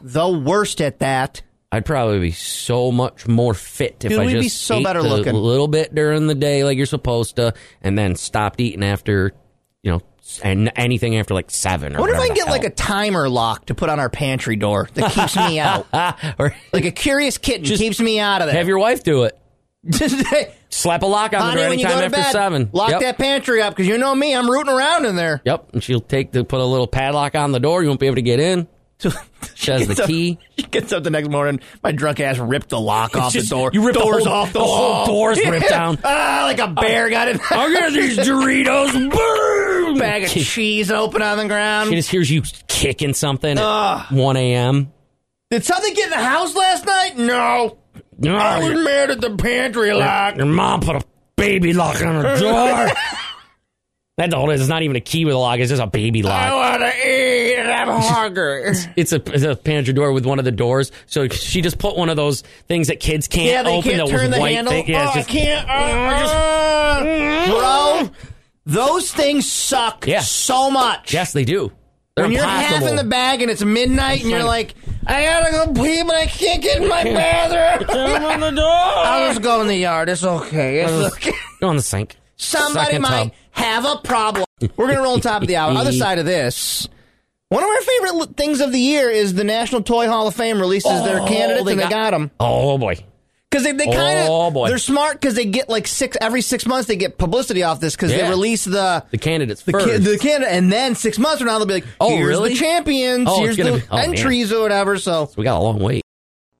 Speaker 1: the worst at that.
Speaker 2: I'd probably be so much more fit if
Speaker 1: Dude,
Speaker 2: I
Speaker 1: we'd
Speaker 2: just
Speaker 1: be so
Speaker 2: ate
Speaker 1: better
Speaker 2: the
Speaker 1: looking.
Speaker 2: little bit during the day like you're supposed to, and then stopped eating after, you know, s- and anything after like seven. Or
Speaker 1: I wonder if I can get
Speaker 2: whatever
Speaker 1: like a timer lock to put on our pantry door that keeps me out.
Speaker 2: the hell. ah, or
Speaker 1: Like a curious kitten
Speaker 2: Just
Speaker 1: keeps me out of
Speaker 2: have
Speaker 1: there.
Speaker 2: your wife do it.
Speaker 1: Honey,
Speaker 2: Slap a lock on the door
Speaker 1: when you
Speaker 2: anytime
Speaker 1: go to
Speaker 2: after
Speaker 1: bed,
Speaker 2: seven.
Speaker 1: lock
Speaker 2: yep.
Speaker 1: that pantry up because you know me, I'm rooting around in there.
Speaker 2: Yep, and she'll take the put a little padlock on the door. You won't be able to get in. She has
Speaker 1: gets
Speaker 2: the
Speaker 1: up-
Speaker 2: key.
Speaker 1: She gets up the next morning. My drunk ass ripped the lock off
Speaker 2: just-
Speaker 1: the door.
Speaker 2: you ripped the
Speaker 1: doors
Speaker 2: whole-
Speaker 1: off the,
Speaker 2: the whole
Speaker 1: wall.
Speaker 2: door's ripped down.
Speaker 1: Ah, like a bear got it.
Speaker 2: I'll get these Doritos. Boom!
Speaker 1: bag of cheese open on the ground.
Speaker 2: She just hears you kicking something
Speaker 1: Ah.
Speaker 2: at 1 a.m.
Speaker 1: Did something get in the house last night? No. I was mad at the pantry lock.
Speaker 2: Ah, Your mom put a baby lock on her door. That all it is. It's not even a key with a lock. It's just a baby
Speaker 1: I
Speaker 2: lock.
Speaker 1: want to eat. I'm hungry.
Speaker 2: It's a, it's a pantry door with one of the doors. So she just put one of those things that kids can't
Speaker 1: yeah, they
Speaker 2: open.
Speaker 1: can't
Speaker 2: that
Speaker 1: turn Oh,
Speaker 2: was
Speaker 1: the
Speaker 2: white
Speaker 1: handle.
Speaker 2: Thing. Yeah,
Speaker 1: oh,
Speaker 2: it's
Speaker 1: I
Speaker 2: just-
Speaker 1: can't. Uh, uh, bro. Those things suck
Speaker 2: Mm-hmm. Yeah.
Speaker 1: so much.
Speaker 2: Yes, they do. They're
Speaker 1: when you're
Speaker 2: impossible.
Speaker 1: half in the bag and it's midnight and you're like, I gotta go pee, but I can't get in my bathroom.
Speaker 8: on the door.
Speaker 1: I'll just go in the yard. It's okay. It's okay.
Speaker 2: Go on the sink.
Speaker 1: Somebody
Speaker 2: Second
Speaker 1: might
Speaker 2: tub.
Speaker 1: have a problem. We're gonna roll on top of the hour. Other side of this. One of our favorite l- things of the year is the National Toy Hall of Fame releases their candidates,
Speaker 2: Oh, they
Speaker 1: and they
Speaker 2: got-
Speaker 1: got them.
Speaker 2: Oh boy.
Speaker 1: Because they, they kind of
Speaker 2: Oh, boy.
Speaker 1: they're smart because they get like six every six months they get publicity off this because they
Speaker 2: Yeah.
Speaker 1: release the
Speaker 2: The candidates
Speaker 1: the,
Speaker 2: first.
Speaker 1: ca- the Canada and then six months from now they'll be like
Speaker 2: Oh,
Speaker 1: here's
Speaker 2: really?
Speaker 1: the champions
Speaker 2: Oh, it's
Speaker 1: here's the
Speaker 2: gonna be- oh, man.
Speaker 1: entries or whatever so
Speaker 2: we got a long wait.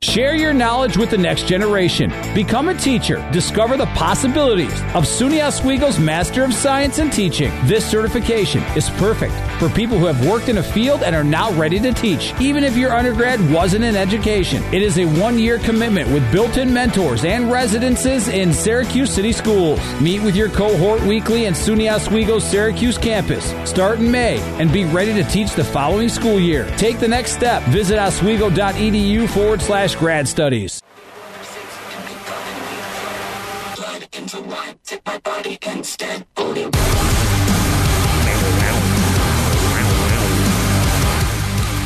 Speaker 9: Share your knowledge with the next generation. Become a teacher. Discover the possibilities of SUNY Oswego's Master of Science in Teaching. This certification is perfect for people who have worked in a field and are now ready to teach, even if your undergrad wasn't in education. It is a one year commitment with built in mentors and residences in Syracuse City Schools. Meet with your cohort weekly in SUNY Oswego's Syracuse campus. Start in May and be ready to teach the following school year. Take the next step. Visit oswego.edu forward slash grad studies.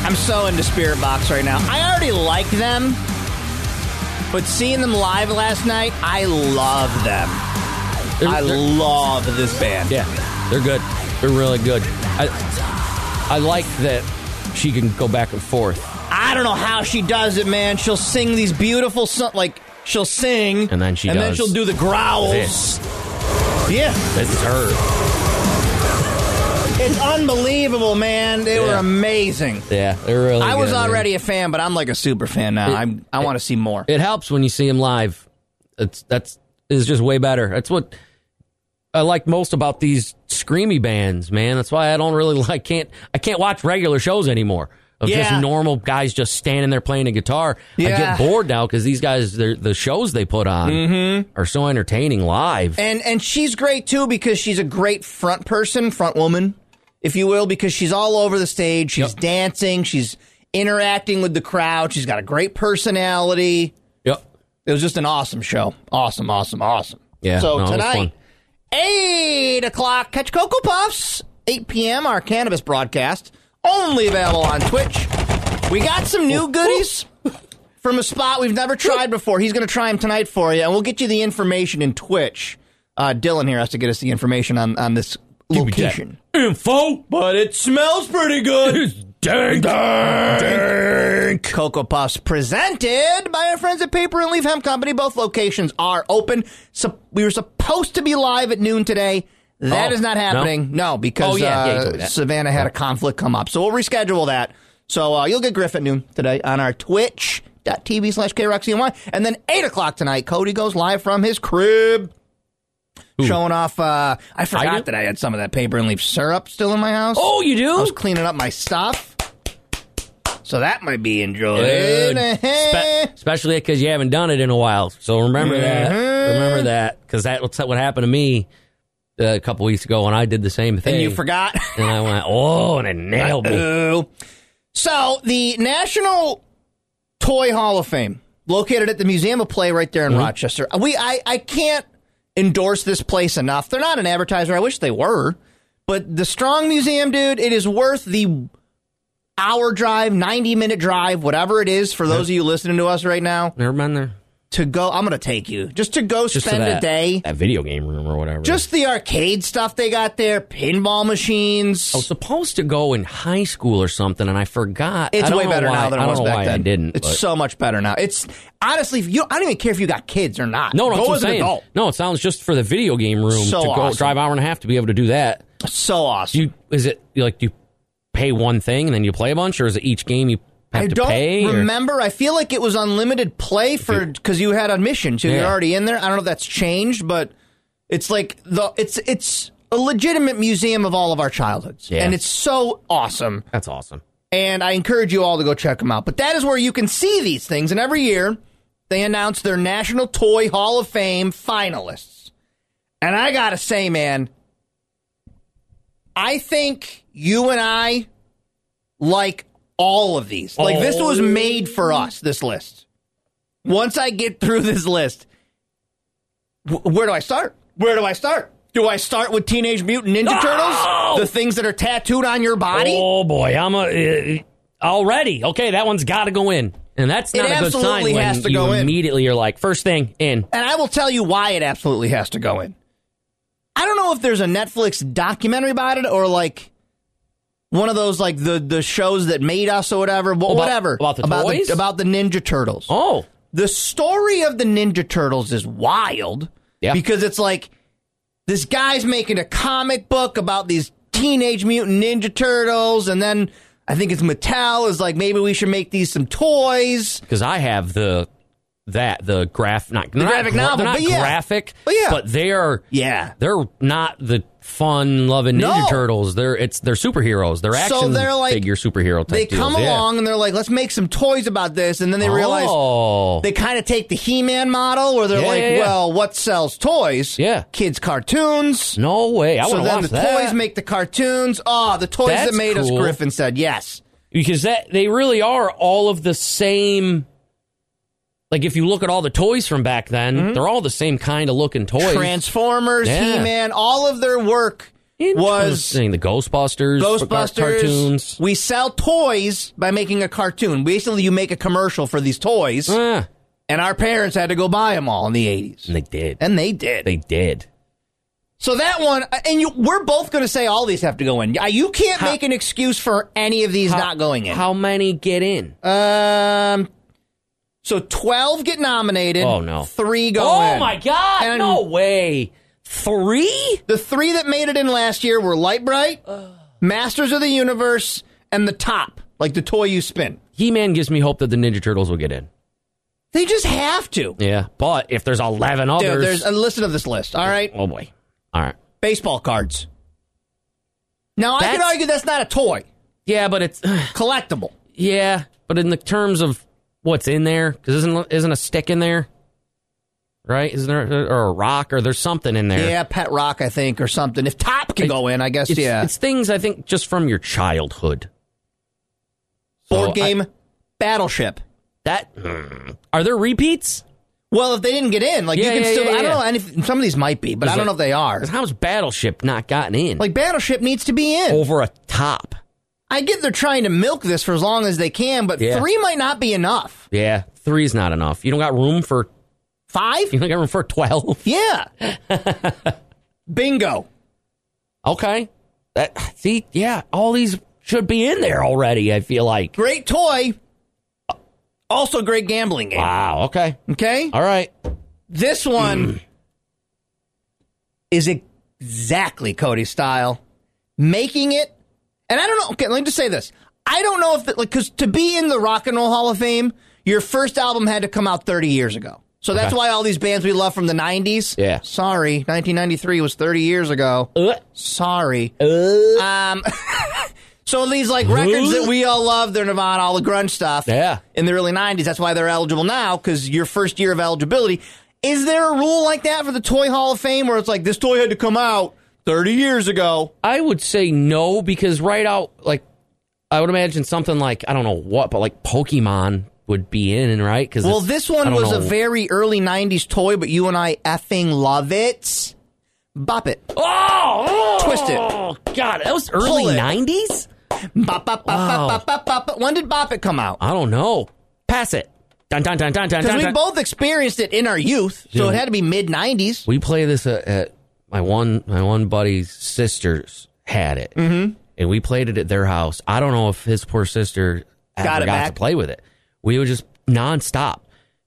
Speaker 1: I'm so into Spirit Box right now I already like them but seeing them live last night I love them
Speaker 2: They're-
Speaker 1: I
Speaker 2: they're-
Speaker 1: love this band
Speaker 2: Yeah, they're good. They're really good. I I like that she can go back and forth
Speaker 1: I don't know how she does it man she'll sing these beautiful so- like she'll sing
Speaker 2: And then she
Speaker 1: and then
Speaker 2: does
Speaker 1: she'll do the growls
Speaker 2: this.
Speaker 1: yeah
Speaker 2: This is her.
Speaker 1: It's unbelievable, man. They were
Speaker 2: Yeah.
Speaker 1: amazing.
Speaker 2: Yeah, they're really.
Speaker 1: I was
Speaker 2: good, man.
Speaker 1: already a fan, but I'm like a super fan now.
Speaker 2: It-
Speaker 1: I'm, I want to see more.
Speaker 2: It helps when you see him live. It's that's is just way better. That's what I like most about these screamy bands, man. That's why I don't really like can't I can't watch regular shows anymore. Of
Speaker 1: Yeah.
Speaker 2: just normal guys just standing there playing a guitar. I
Speaker 1: Yeah.
Speaker 2: get bored now because these guys, they're- the shows they put on are so entertaining live.
Speaker 1: Mm-hmm. And and she's great too because she's a great front person, front woman, if you will, because she's all over the stage. She's dancing. She's interacting with the crowd. She's got a great personality.
Speaker 2: Yep.
Speaker 1: It was just an awesome show. Awesome, awesome, awesome.
Speaker 2: Yeah,
Speaker 1: So
Speaker 2: no, it was fun.
Speaker 1: tonight, eight o'clock, catch Cocoa Puffs. Eight p.m. Our cannabis broadcast only available on Twitch. We got some new goodies from a spot we've never tried before. He's going to try them tonight for you, and we'll get you the information in Twitch. Uh, Dylan here has to get us the information on on this
Speaker 2: me that.
Speaker 1: location.
Speaker 2: Info,
Speaker 1: But it smells pretty good.
Speaker 2: dang,
Speaker 1: Cocoa Puffs presented by our friends at Paper and Leaf Hemp Company. Both locations are open. So we were supposed to be live at noon today. That
Speaker 2: Oh,
Speaker 1: is not
Speaker 2: no?
Speaker 1: happening. No, because
Speaker 2: Oh, yeah, yeah, you
Speaker 1: uh,
Speaker 2: told me that.
Speaker 1: Savannah had a conflict come up. So we'll reschedule that. So uh, you'll get Griff at noon today on our twitch.tv slash KRoxyNY. And then 8 o'clock tonight, Cody goes live from his crib. Showing off, uh, I forgot
Speaker 2: do?
Speaker 1: that I had some of that paper and leaf syrup still in my house.
Speaker 2: Oh, you do?
Speaker 1: I was cleaning up my stuff. So that might be enjoyed.
Speaker 2: Spe- especially because you haven't done it in a while. So remember that.
Speaker 1: Mhm.
Speaker 2: Remember that because that that's what happened to me uh, a couple weeks ago when I did the same thing.
Speaker 1: and you forgot.
Speaker 2: And I went, oh, and it nailed me.
Speaker 1: Ooh. So the National Toy Hall of Fame, located at the Museum of Play right there in
Speaker 2: Mm-hmm.
Speaker 1: Rochester. We I, I can't endorse this place enough. They're not an advertiser. I wish they were. But the Strong Museum, dude, it is worth the hour drive, 90 minute drive, whatever it is for those of you listening to us right now,
Speaker 2: Never been there.
Speaker 1: to go. I'm going to take you just to go
Speaker 2: Just to
Speaker 1: spend
Speaker 2: that,
Speaker 1: a day.
Speaker 2: That video game room or whatever.
Speaker 1: Just the arcade stuff they got there, pinball machines.
Speaker 2: I was supposed to go in high school or something, and I forgot. I
Speaker 1: It's
Speaker 2: don't
Speaker 1: way
Speaker 2: know
Speaker 1: better
Speaker 2: why-
Speaker 1: now than
Speaker 2: I
Speaker 1: it
Speaker 2: don't
Speaker 1: was
Speaker 2: know
Speaker 1: back
Speaker 2: why
Speaker 1: then.
Speaker 2: I didn't.
Speaker 1: It's
Speaker 2: but-
Speaker 1: so much better now. It's honestly, if you I don't even care if you got kids or not.
Speaker 2: no, no, that's
Speaker 1: go
Speaker 2: what
Speaker 1: as
Speaker 2: I'm
Speaker 1: an
Speaker 2: saying.
Speaker 1: adult.
Speaker 2: No, it sounds just for the video game room
Speaker 1: So
Speaker 2: to go
Speaker 1: awesome.
Speaker 2: drive hour and a half to be able to do that.
Speaker 1: So awesome.
Speaker 2: Do you is it you like do you pay one thing and then you play a bunch, or is it each game you have
Speaker 1: I
Speaker 2: to
Speaker 1: don't
Speaker 2: pay? or-
Speaker 1: remember. I feel like it was unlimited play for because you had admission, so you're
Speaker 2: Yeah.
Speaker 1: already in there. I don't know if that's changed, but it's like the it's it's a legitimate museum of all of our childhoods,
Speaker 2: Yeah.
Speaker 1: and it's so awesome.
Speaker 2: That's awesome.
Speaker 1: and I encourage you all to go check them out. But that is where you can see these things. And every year, they announce their National Toy Hall of Fame finalists. And I gotta say, man, I think you and I like all of these. Like this was made for us. This list. Once I get through this list, wh- where do I start? Where do I start? Do I start with Teenage Mutant Ninja Turtles? The things that are tattooed on your body?
Speaker 2: Oh boy, I'm a uh, already okay. That one's got to go in, and that's
Speaker 1: It
Speaker 2: not a good sign
Speaker 1: absolutely
Speaker 2: when
Speaker 1: has to
Speaker 2: you
Speaker 1: go in.
Speaker 2: immediately you're like first thing in.
Speaker 1: And I will tell you why it absolutely has to go in. I don't know if there's a Netflix documentary about it or like one of those like the the shows that made us or whatever, but
Speaker 2: About-
Speaker 1: whatever
Speaker 2: about the
Speaker 1: about
Speaker 2: toys?
Speaker 1: the about the Ninja Turtles.
Speaker 2: Oh,
Speaker 1: The story of the Ninja Turtles is wild
Speaker 2: Yeah.
Speaker 1: because it's like this guy's making a comic book about these teenage mutant ninja turtles and then I think it's Mattel is like maybe we should make these some toys.
Speaker 2: because I have the that the graph not the
Speaker 1: graphic novel,
Speaker 2: They're not
Speaker 1: but yeah.
Speaker 2: graphic,
Speaker 1: But yeah.
Speaker 2: but they are
Speaker 1: Yeah.
Speaker 2: they're not the fun loving Ninja
Speaker 1: No.
Speaker 2: Turtles. They're it's they're superheroes. They're action
Speaker 1: So they're like-
Speaker 2: figure superhero. Type
Speaker 1: they come
Speaker 2: deals. Yeah.
Speaker 1: along and they're like, let's make some toys about this, and then they realize
Speaker 2: Oh.
Speaker 1: they kind of take the He-Man model, where they're
Speaker 2: Yeah,
Speaker 1: like,
Speaker 2: yeah, yeah.
Speaker 1: well, what sells toys?
Speaker 2: Yeah.
Speaker 1: kids cartoons.
Speaker 2: no way. I
Speaker 1: so
Speaker 2: want to
Speaker 1: then
Speaker 2: watch
Speaker 1: the
Speaker 2: that.
Speaker 1: toys make the cartoons. Ah, the toys
Speaker 2: That's
Speaker 1: that made us.
Speaker 2: cool.
Speaker 1: Griffin said yes.
Speaker 2: because that they really are all of the same. Like if you look at all the toys from back then,
Speaker 1: Mm-hmm.
Speaker 2: they're all the same kind of looking toys.
Speaker 1: Transformers,
Speaker 2: Yeah.
Speaker 1: He-Man, all of their work was
Speaker 2: Interesting. the Ghostbusters,
Speaker 1: Ghostbusters.
Speaker 2: cartoons.
Speaker 1: We sell toys by making a cartoon. Basically, you make a commercial for these toys,
Speaker 2: Yeah,
Speaker 1: and our parents had to go buy them all in the eighties,
Speaker 2: and Ah, they did.
Speaker 1: and they did.
Speaker 2: They did.
Speaker 1: So that one, uh, and you, we're both going to say all these have to go in. Uh, You can't make an excuse for any of these not going in.
Speaker 2: How many get in?
Speaker 1: Uh, Um, so twelve get nominated.
Speaker 2: Oh, no.
Speaker 1: three go
Speaker 2: oh
Speaker 1: in.
Speaker 2: my god!
Speaker 1: And
Speaker 2: no way. Three?
Speaker 1: The three that made it in last year were Light Bright, Masters of the Universe, and the top, like the toy you spin.
Speaker 2: He Man gives me hope that the Ninja Turtles will get in.
Speaker 1: They just have to.
Speaker 2: Yeah, but if there's eleven others,
Speaker 1: Dude, there's a listen to this list. All right,
Speaker 2: oh boy. All right.
Speaker 1: baseball cards. Now I could
Speaker 2: That's-
Speaker 1: argue that's not a toy,
Speaker 2: Yeah, but it's
Speaker 1: collectible.
Speaker 2: yeah, but in the terms of what's in there, because isn't isn't a stick in there, right? Isn't there or a rock or there's something in there?
Speaker 1: Yeah, Pet Rock, I think, or something. If Top can
Speaker 2: It-
Speaker 1: go in, I guess.
Speaker 2: it's,
Speaker 1: yeah,
Speaker 2: it's things I think just from your childhood. So
Speaker 1: board
Speaker 2: I-
Speaker 1: game Battleship.
Speaker 2: that hmm. are there repeats?
Speaker 1: Well, if they didn't get in, like
Speaker 2: Yeah,
Speaker 1: you can
Speaker 2: yeah,
Speaker 1: still,
Speaker 2: yeah,
Speaker 1: I don't
Speaker 2: yeah.
Speaker 1: know. Any, some of these might be, but I
Speaker 2: There's
Speaker 1: don't know
Speaker 2: like-
Speaker 1: if they are.
Speaker 2: 'Cause How's Battleship not gotten in?
Speaker 1: Like Battleship needs to be in.
Speaker 2: over a top.
Speaker 1: I get they're trying to milk this for as long as they can, but
Speaker 2: Yeah.
Speaker 1: three might not be enough.
Speaker 2: Yeah, three's not enough. You don't got room for
Speaker 1: Five,
Speaker 2: you don't got room for twelve.
Speaker 1: yeah, bingo.
Speaker 2: Okay, that see, yeah, all these should be in there already. I feel like.
Speaker 1: Great toy, also great gambling game.
Speaker 2: Wow. Okay.
Speaker 1: Okay,
Speaker 2: All right.
Speaker 1: this
Speaker 2: Mm.
Speaker 1: one is exactly Cody's style, making it. And I don't know. Okay, let me just say this. I don't know if that, like, because to be in the Rock and Roll Hall of Fame, your first album had to come out 30 years ago. So that's
Speaker 2: Okay.
Speaker 1: why all these bands we love from the 90s.
Speaker 2: Yeah.
Speaker 1: Sorry, 1993 was 30 years ago. Sorry. Um, so these like records that we all love, they're Nirvana, all the grunge stuff.
Speaker 2: Yeah.
Speaker 1: In the early '90s, that's why they're eligible now because your first year of eligibility. Is there a rule like that for the Toy Hall of Fame where it's like this toy had to come out 30 years ago?
Speaker 2: I would say no because right out like I would imagine something like I don't know what, but like Pokemon would be in, right? Because
Speaker 1: Well, this one was a very early '90s toy, but you and I effing love it. Bop it,
Speaker 2: oh, oh!
Speaker 1: Twist it.
Speaker 2: Oh God, that was early
Speaker 1: Pull it.
Speaker 2: nineties.
Speaker 1: bop, bop, bop,
Speaker 2: Wow.
Speaker 1: bop, bop, bop, bop. When did Bop it come out?
Speaker 2: I don't know. Pass it. Dun dun dun dun dun
Speaker 1: Because
Speaker 2: dun.
Speaker 1: we
Speaker 2: dun.
Speaker 1: both experienced it in our youth, so
Speaker 2: Dude.
Speaker 1: it had to be mid '90s.
Speaker 2: we play this at, at my one my one buddy's sister's had it, mm-hmm. and we played it at their house. I don't know if his poor sister ever
Speaker 1: Got
Speaker 2: got,
Speaker 1: it
Speaker 2: to
Speaker 1: back.
Speaker 2: play with it. We would just nonstop.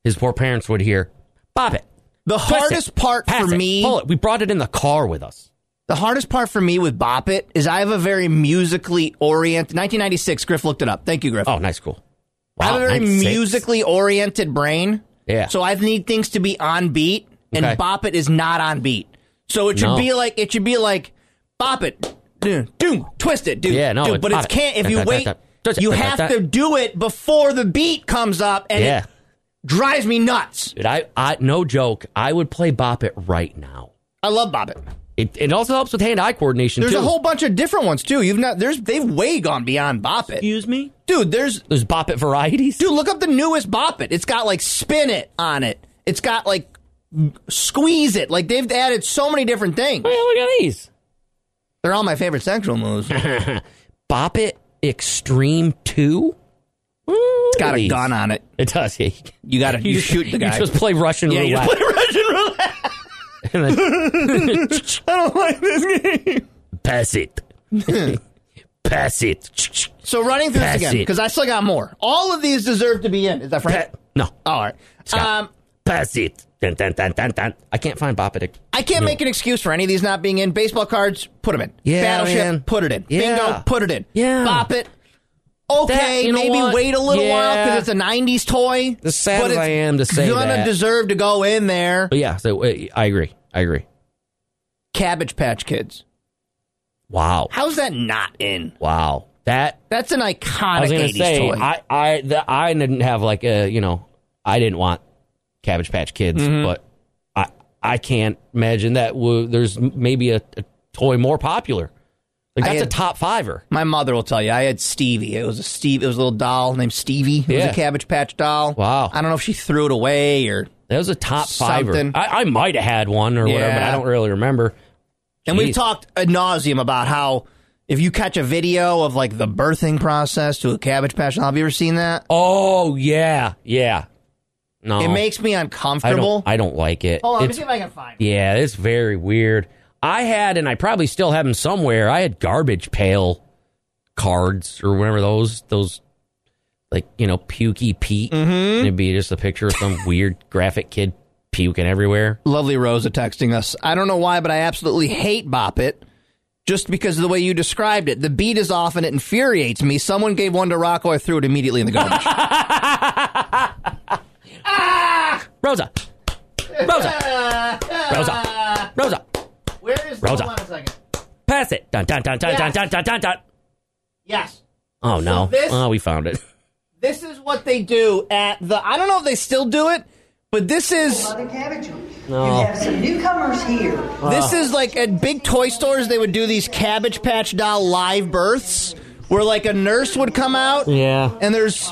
Speaker 2: His poor parents would hear, "Bop it."
Speaker 1: The
Speaker 2: Twist
Speaker 1: hardest
Speaker 2: it.
Speaker 1: part
Speaker 2: Pass
Speaker 1: for
Speaker 2: it.
Speaker 1: me
Speaker 2: Pull it. We brought it in the car with us.
Speaker 1: The hardest part for me with Bop It is I have a very musically oriented. 1996, Griff looked it up. Thank you, Griff.
Speaker 2: Oh, nice, cool.
Speaker 1: I have a very
Speaker 2: 96.
Speaker 1: musically oriented brain.
Speaker 2: Yeah.
Speaker 1: So I need things to be on beat, and
Speaker 2: Okay.
Speaker 1: Bop It is not on beat. So it should
Speaker 2: No.
Speaker 1: be like it should be like Bop It, doom, doom, twist it, dude.
Speaker 2: Yeah, no,
Speaker 1: doom.
Speaker 2: it's
Speaker 1: but it
Speaker 2: Bop It.
Speaker 1: can't if
Speaker 2: Da,
Speaker 1: you
Speaker 2: da, da,
Speaker 1: wait.
Speaker 2: da. Twist it,
Speaker 1: You
Speaker 2: da, da,
Speaker 1: have
Speaker 2: da.
Speaker 1: to do it before the beat comes up, and
Speaker 2: yeah,
Speaker 1: it drives me nuts.
Speaker 2: dude. I, I no joke. I would play Bop It right now.
Speaker 1: I love Bop It.
Speaker 2: It, it also helps with hand-eye coordination
Speaker 1: There's
Speaker 2: too.
Speaker 1: a whole bunch of different ones too. You've not there's they've way gone beyond Bop It,
Speaker 2: Excuse me.
Speaker 1: dude. There's
Speaker 2: There's Bop It varieties.
Speaker 1: Dude, look up the newest Bop It. It's got like Spin It on it. It's got like squeeze it. Like they've added so many different things.
Speaker 2: look at these.
Speaker 1: They're all my favorite sexual moves.
Speaker 2: Bop It Extreme 2? It's
Speaker 1: got a gun on it.
Speaker 2: It does. Yeah.
Speaker 1: You got to you,
Speaker 2: just-
Speaker 1: shoot the guy.
Speaker 2: You just play Russian
Speaker 1: yeah, you
Speaker 2: roulette.
Speaker 1: just play Russian roulette.
Speaker 2: and then,
Speaker 1: I don't like this game.
Speaker 2: pass it. pass it.
Speaker 1: So running through
Speaker 2: Pass
Speaker 1: this again
Speaker 2: it.
Speaker 1: because I still got more. All of these deserve to be in. Is that
Speaker 2: Pa-
Speaker 1: right?
Speaker 2: no.
Speaker 1: All right.
Speaker 2: Scott.
Speaker 1: Um,
Speaker 2: Pass it. Dun, dun, dun, dun, dun. I can't find Bop It.
Speaker 1: I can't
Speaker 2: No.
Speaker 1: make an excuse for any of these not being in. Baseball cards, put them in.
Speaker 2: Yeah,
Speaker 1: Battleship,
Speaker 2: man.
Speaker 1: put it in.
Speaker 2: Yeah.
Speaker 1: Bingo, put it in.
Speaker 2: Yeah.
Speaker 1: Bop it. Okay,
Speaker 2: That- you know
Speaker 1: maybe
Speaker 2: what?
Speaker 1: wait a little while
Speaker 2: Yeah.
Speaker 1: because it's a '90s toy.
Speaker 2: As sad
Speaker 1: but
Speaker 2: as I
Speaker 1: it's
Speaker 2: am to say
Speaker 1: gonna
Speaker 2: that.
Speaker 1: deserve to go in there.
Speaker 2: But yeah, so, uh, I agree. I agree.
Speaker 1: Cabbage Patch Kids.
Speaker 2: Wow.
Speaker 1: How's that not in?
Speaker 2: Wow. That
Speaker 1: That's an iconic
Speaker 2: I was gonna
Speaker 1: 80s
Speaker 2: say,
Speaker 1: toy.
Speaker 2: I I the, I didn't have like a you know I didn't want Cabbage Patch Kids,
Speaker 1: Mm-hmm.
Speaker 2: but I I can't imagine that w- there's m- maybe a, a toy more popular. Like
Speaker 1: I
Speaker 2: that's a
Speaker 1: had-
Speaker 2: top fiver.
Speaker 1: My mother will tell you. I had Stevie. It was a Steve. It was a little doll named Stevie. It was
Speaker 2: Yeah.
Speaker 1: a Cabbage Patch doll.
Speaker 2: Wow.
Speaker 1: I don't know if she threw it away or.
Speaker 2: That was a top fiver.
Speaker 1: Something.
Speaker 2: I, I might have had one or whatever, but I
Speaker 1: Yeah.
Speaker 2: don't really remember.
Speaker 1: And
Speaker 2: Jeez.
Speaker 1: we've talked ad nauseum about how if you catch a video of like the birthing process to a Cabbage Patch doll, have you ever seen that?
Speaker 2: Oh yeah, yeah. No,
Speaker 1: It makes me
Speaker 2: I
Speaker 1: uncomfortable.
Speaker 2: don't. I don't like it.
Speaker 1: Hold on, let me
Speaker 2: It's-
Speaker 1: see if I can find. it.
Speaker 2: yeah, it's very weird. I had, and I probably still have them somewhere. I had garbage pail cards or whatever those those like you know pukey Pete.
Speaker 1: Mm-hmm.
Speaker 2: And It'd be just a picture of some weird graphic kid puking everywhere.
Speaker 1: Lovely Rosa texting us. I don't know why, but I absolutely hate Bop It. Just because of the way you described it, the beat is off and it infuriates me. Someone gave one to Rocco. I threw it immediately in the garbage.
Speaker 2: Rosa, Rosa, Rosa, Rosa,
Speaker 1: Where is
Speaker 2: Rosa.
Speaker 1: Hold on a second.
Speaker 2: pass it. Dun dun dun dun dun dun dun dun dun.
Speaker 1: Yes.
Speaker 2: Oh no!
Speaker 1: this-
Speaker 2: oh, we found it.
Speaker 1: This is what they do at the. I don't know if they still do it, but this is
Speaker 2: No.
Speaker 1: this
Speaker 2: Oh.
Speaker 1: is like at big toy stores. They would do these Cabbage Patch doll live births, where like a nurse would come out,
Speaker 2: Yeah.
Speaker 1: and there's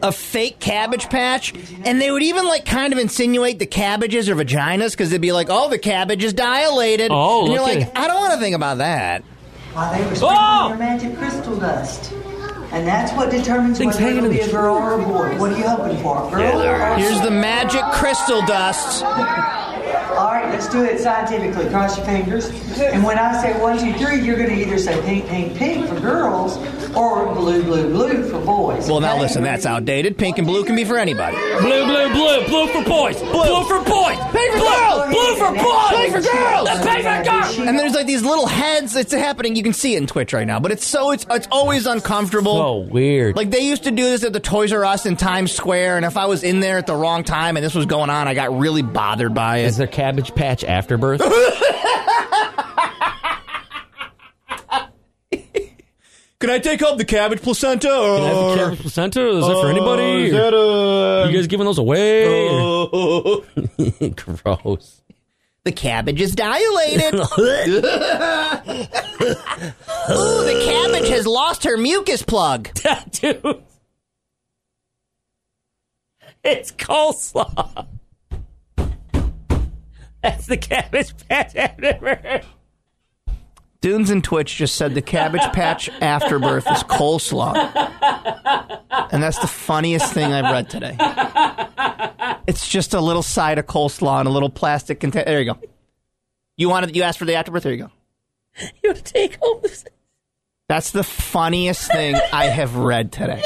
Speaker 1: a fake Cabbage Patch, and they would even like kind of insinuate the cabbages or vaginas because they'd be like, "Oh, the cabbage is dilated."
Speaker 2: Oh,
Speaker 1: and you're
Speaker 2: look at
Speaker 1: like,
Speaker 2: it.
Speaker 1: I don't want to think about that.
Speaker 10: Why they were sprinkling their magic crystal dust. And that's what determines
Speaker 2: Things
Speaker 10: whether
Speaker 2: hanging
Speaker 10: it'll
Speaker 2: in
Speaker 10: be
Speaker 2: the
Speaker 10: a girl or a boy. What are you hoping for? a Girl or a
Speaker 1: Here's the magic crystal dust.
Speaker 10: All right, let's do it scientifically. Cross your fingers. And when I say one, two, three, you're going to either say pink, pink, pink for girls or blue, blue, blue for boys.
Speaker 1: Well, now
Speaker 10: okay?
Speaker 1: listen, that's outdated. Pink and blue can be for anybody.
Speaker 2: Blue, blue, blue, blue for boys, blue, for boys,
Speaker 1: Pay for
Speaker 2: blue,
Speaker 1: girls!
Speaker 2: blue for boys,
Speaker 1: Pay for girls!
Speaker 2: Let's pay for girls.
Speaker 1: And there's like these little heads. It's happening. You can see it in Twitch right now, but it's so it's it's always uncomfortable.
Speaker 2: So weird.
Speaker 1: Like they used to do this at the Toys R Us in Times Square, and if I was in there at the wrong time and this was going on, I got really bothered by
Speaker 2: Is
Speaker 1: it.
Speaker 2: there Cabbage Patch Afterbirth?
Speaker 1: Can I take up the cabbage placenta? Or,
Speaker 2: cabbage placenta? Is that for anybody? you guys giving those away? Gross.
Speaker 1: the cabbage is dilated. Ooh, the cabbage has lost her mucus plug.
Speaker 2: Dude. It's coleslaw. That's the Cabbage Patch Afterbirth.
Speaker 1: Dunes and Twitch just said the Cabbage Patch afterbirth is coleslaw. And that's the funniest thing I've read today. It's just a little side of coleslaw in a little plastic container. There you go. You wanted you asked for the afterbirth, there you go.
Speaker 2: You want to take home this?
Speaker 1: That's the funniest thing I have read today.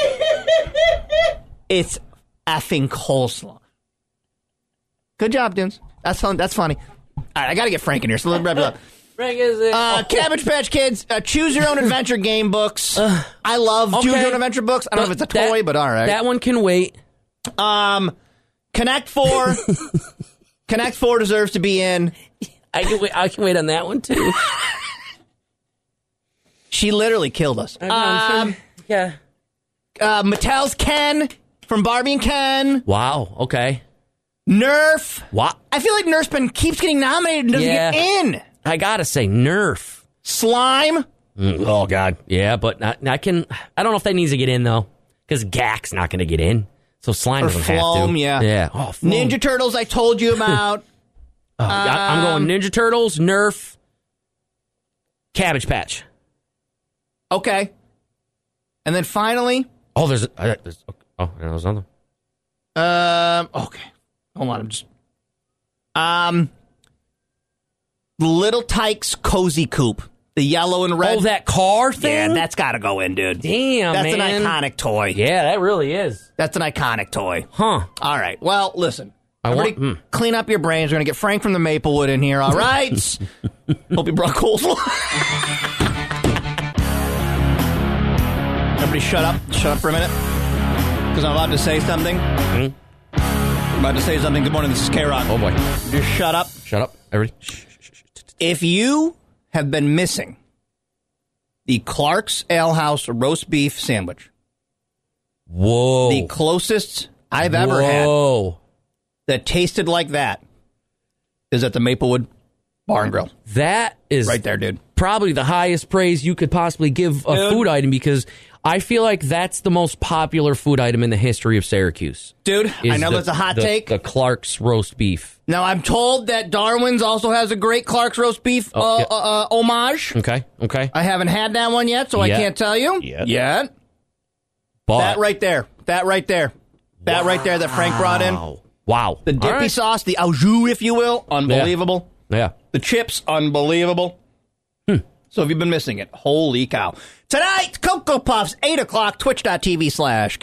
Speaker 1: It's effing coleslaw. Good job, Dunes. That's fun. That's funny. All right, I got to get Frank in here, so let's wrap it up.
Speaker 2: Frank is it?
Speaker 1: Uh, Cabbage Patch Kids, uh, choose your own adventure game books. I love choose
Speaker 2: Uh. okay.
Speaker 1: your own adventure books. I don't know if it's a
Speaker 2: That-
Speaker 1: toy, but all right.
Speaker 2: That one can wait.
Speaker 1: um, Connect Four. Connect Four deserves to be in.
Speaker 2: I can wait. I can wait on that one too.
Speaker 1: She literally killed us.
Speaker 2: Uh.
Speaker 1: Um,
Speaker 2: yeah.
Speaker 1: uh, Mattel's Ken from Barbie and Ken.
Speaker 2: Wow. Okay.
Speaker 1: Nerf.
Speaker 2: Wow.
Speaker 1: I feel like Nerf's been keeps getting nominated and doesn't
Speaker 2: Yeah.
Speaker 1: get in.
Speaker 2: I gotta say, Nerf.
Speaker 1: Slime.
Speaker 2: Mm, oh God, yeah, but not, I can. I don't know if that needs to get in though, because Gak's not going to get in. So slime
Speaker 1: Or
Speaker 2: doesn't have
Speaker 1: Floam,
Speaker 2: to.
Speaker 1: yeah.
Speaker 2: Yeah. Oh, Floam.
Speaker 1: Ninja Turtles, I told you about.
Speaker 2: Oh, I- I'm going
Speaker 1: Um,
Speaker 2: Ninja Turtles, Nerf, Cabbage Patch.
Speaker 1: Okay. And then finally,
Speaker 2: Oh, there's, uh, there's oh, there was another.
Speaker 1: um, okay. Hold on, I'm just. Um, Little Tyke's Cozy Coop. The yellow and red.
Speaker 2: Oh, that car thing.
Speaker 1: Yeah, that's got to go in, dude.
Speaker 2: Damn,
Speaker 1: That's an
Speaker 2: man.
Speaker 1: iconic toy.
Speaker 2: Yeah, that really is.
Speaker 1: That's an iconic toy.
Speaker 2: Huh.
Speaker 1: All right. Well, listen.
Speaker 2: I
Speaker 1: Everybody,
Speaker 2: want- mm.
Speaker 1: clean up your brains. We're gonna get Frank from the Maplewood in here. All right. Hope you brought coleslaw. Everybody, shut up. Shut up for a minute, because I'm about to say something. I'm about to say something. Good morning. This is K Rock.
Speaker 2: Hmm? Oh boy.
Speaker 1: Just shut up.
Speaker 2: Shut up, everybody. Shh, shh, shh.
Speaker 1: If you have been missing the Clark's Ale House roast beef sandwich,
Speaker 2: Whoa.
Speaker 1: the closest I've ever had.
Speaker 2: Whoa.
Speaker 1: that tasted like that is at the Maplewood Bar and Grill.
Speaker 2: That is
Speaker 1: Right there, dude.
Speaker 2: probably the highest praise you could possibly give a
Speaker 1: Dude.
Speaker 2: food item because I feel like that's the most popular food item in the history of Syracuse.
Speaker 1: Dude, I
Speaker 2: is
Speaker 1: know
Speaker 2: the-
Speaker 1: that's a hot
Speaker 2: the-
Speaker 1: take.
Speaker 2: The Clark's roast beef.
Speaker 1: now, I'm told that Darwin's also has a great Clark's roast beef uh,
Speaker 2: Oh, yeah.
Speaker 1: uh, uh, homage.
Speaker 2: Okay. Okay.
Speaker 1: I haven't had that one yet, so I
Speaker 2: Yet.
Speaker 1: can't tell you.
Speaker 2: Yet.
Speaker 1: Yet.
Speaker 2: But
Speaker 1: That right there. That right there. That right there that Frank brought in.
Speaker 2: Wow. Wow.
Speaker 1: The
Speaker 2: All
Speaker 1: dippy
Speaker 2: right.
Speaker 1: sauce, the au jus, if you will, unbelievable.
Speaker 2: Yeah.
Speaker 1: The chips, unbelievable.
Speaker 2: Hmm.
Speaker 1: So if you've been missing it, holy cow. Tonight, Cocoa Puffs, 8 o'clock, twitch.tv slash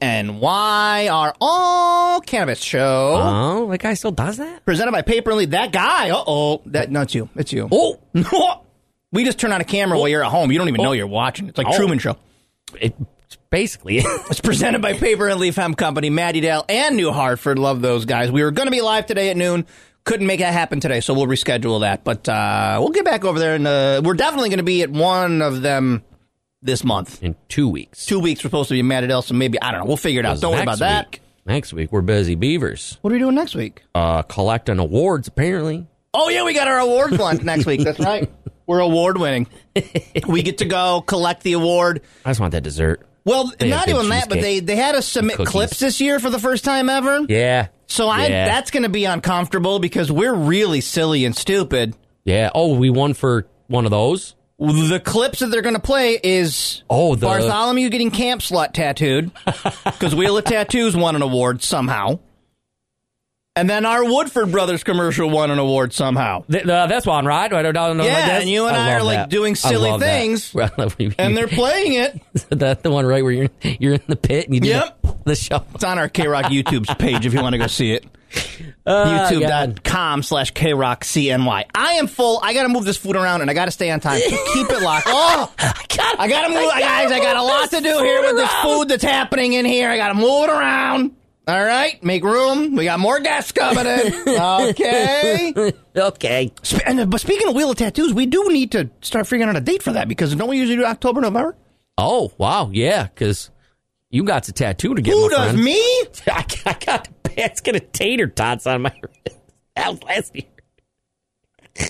Speaker 1: KRockCNY, our all cannabis show.
Speaker 2: Oh, that guy still does that?
Speaker 1: Presented by Paper and Leaf. That guy, uh-oh. That, no, it's you. It's you.
Speaker 2: Oh,
Speaker 1: we just turn on a camera while you're at home. You don't even know
Speaker 2: Oh.
Speaker 1: you're watching. It's like
Speaker 2: Oh.
Speaker 1: Truman Show.
Speaker 2: it, basically.
Speaker 1: It's presented by Paper and Leaf Hemp Company, Maddie Dale, and New Hartford. Love those guys. We were going to be live today at noon. Couldn't make that happen today, so we'll reschedule that. But uh, we'll get back over there, and uh, we're definitely going to be at one of them this month.
Speaker 2: in two weeks.
Speaker 1: Two weeks, we're supposed to be in Maddie Dale, so maybe, I don't know. We'll figure it out. Don't worry about
Speaker 2: Next
Speaker 1: that.
Speaker 2: week- Next week we're busy beavers.
Speaker 1: What are we doing next week?
Speaker 2: Uh, collecting awards apparently.
Speaker 1: Oh, yeah, we got our awards lunch next week. That's right. We're award winning. We get to go collect the award.
Speaker 2: I just want that dessert.
Speaker 1: Well,
Speaker 2: They had
Speaker 1: not
Speaker 2: big
Speaker 1: even that, but they,
Speaker 2: cheesecake
Speaker 1: they had us submit
Speaker 2: cookies.
Speaker 1: clips this year for the first time ever.
Speaker 2: Yeah.
Speaker 1: So I
Speaker 2: Yeah.
Speaker 1: that's going to be uncomfortable because we're really silly and stupid.
Speaker 2: Yeah. Oh, we won for one of those.
Speaker 1: The clips that they're going to play is
Speaker 2: Oh, the-
Speaker 1: Bartholomew getting camp slut tattooed because Wheel of Tattoos won an award somehow, and then our Woodford Brothers commercial won an award somehow.
Speaker 2: Th- uh, this one, right? I don't know.
Speaker 1: Yeah, and you and I are,
Speaker 2: love
Speaker 1: like,
Speaker 2: that.
Speaker 1: doing
Speaker 2: I
Speaker 1: silly
Speaker 2: love that.
Speaker 1: things,
Speaker 2: Well, we-
Speaker 1: And they're playing it.
Speaker 2: the, the one right where you're you're in the pit and you do
Speaker 1: Yep.
Speaker 2: the, the show.
Speaker 1: It's on our K Rock YouTube's page if you want to go see it. Uh,
Speaker 2: Oh, God.
Speaker 1: YouTube.com slash K Rock CNY. I am full. I got to move this food around and I got to stay on time. So keep it locked. Oh, I gotta move, I guys. I got a lot to do here with this food that's happening in here. I gotta move it around. All right, make room. We got more guests coming in. Okay.
Speaker 2: Okay.
Speaker 1: Sp- and, uh, but speaking of Wheel of Tattoos, we do need to start figuring out a date for that because don't we usually do October, November?
Speaker 2: Oh wow, yeah, because you got the tattoo to get.
Speaker 1: Who
Speaker 2: my
Speaker 1: does
Speaker 2: friend.
Speaker 1: me?
Speaker 2: I got, I got a basket of tater tots on my wrist. That was last year.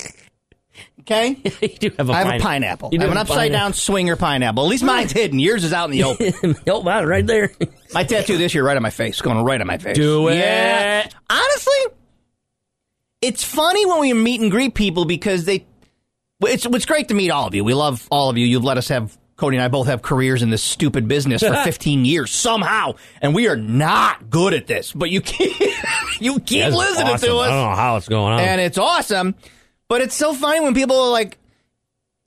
Speaker 1: Okay.
Speaker 2: you do have a
Speaker 1: I have
Speaker 2: pine-
Speaker 1: a pineapple.
Speaker 2: You
Speaker 1: I
Speaker 2: do
Speaker 1: have an
Speaker 2: a
Speaker 1: upside down swinger pineapple. At least mine's hidden. Yours is out in the open.
Speaker 2: pineapple. oh, wow, right there.
Speaker 1: My tattoo this year, right on my face, going right on my face.
Speaker 2: Do it.
Speaker 1: Yeah. Honestly, it's funny when we meet and greet people because they. It's it's great to meet all of you. We love all of you. You've let us have Cody and I both have careers in this stupid business for 15 years somehow, and we are not good at this. But you keep you keep
Speaker 2: That's
Speaker 1: listening
Speaker 2: awesome.
Speaker 1: to us
Speaker 2: I don't know how it's going on.
Speaker 1: and it's awesome. But it's so funny when people are like,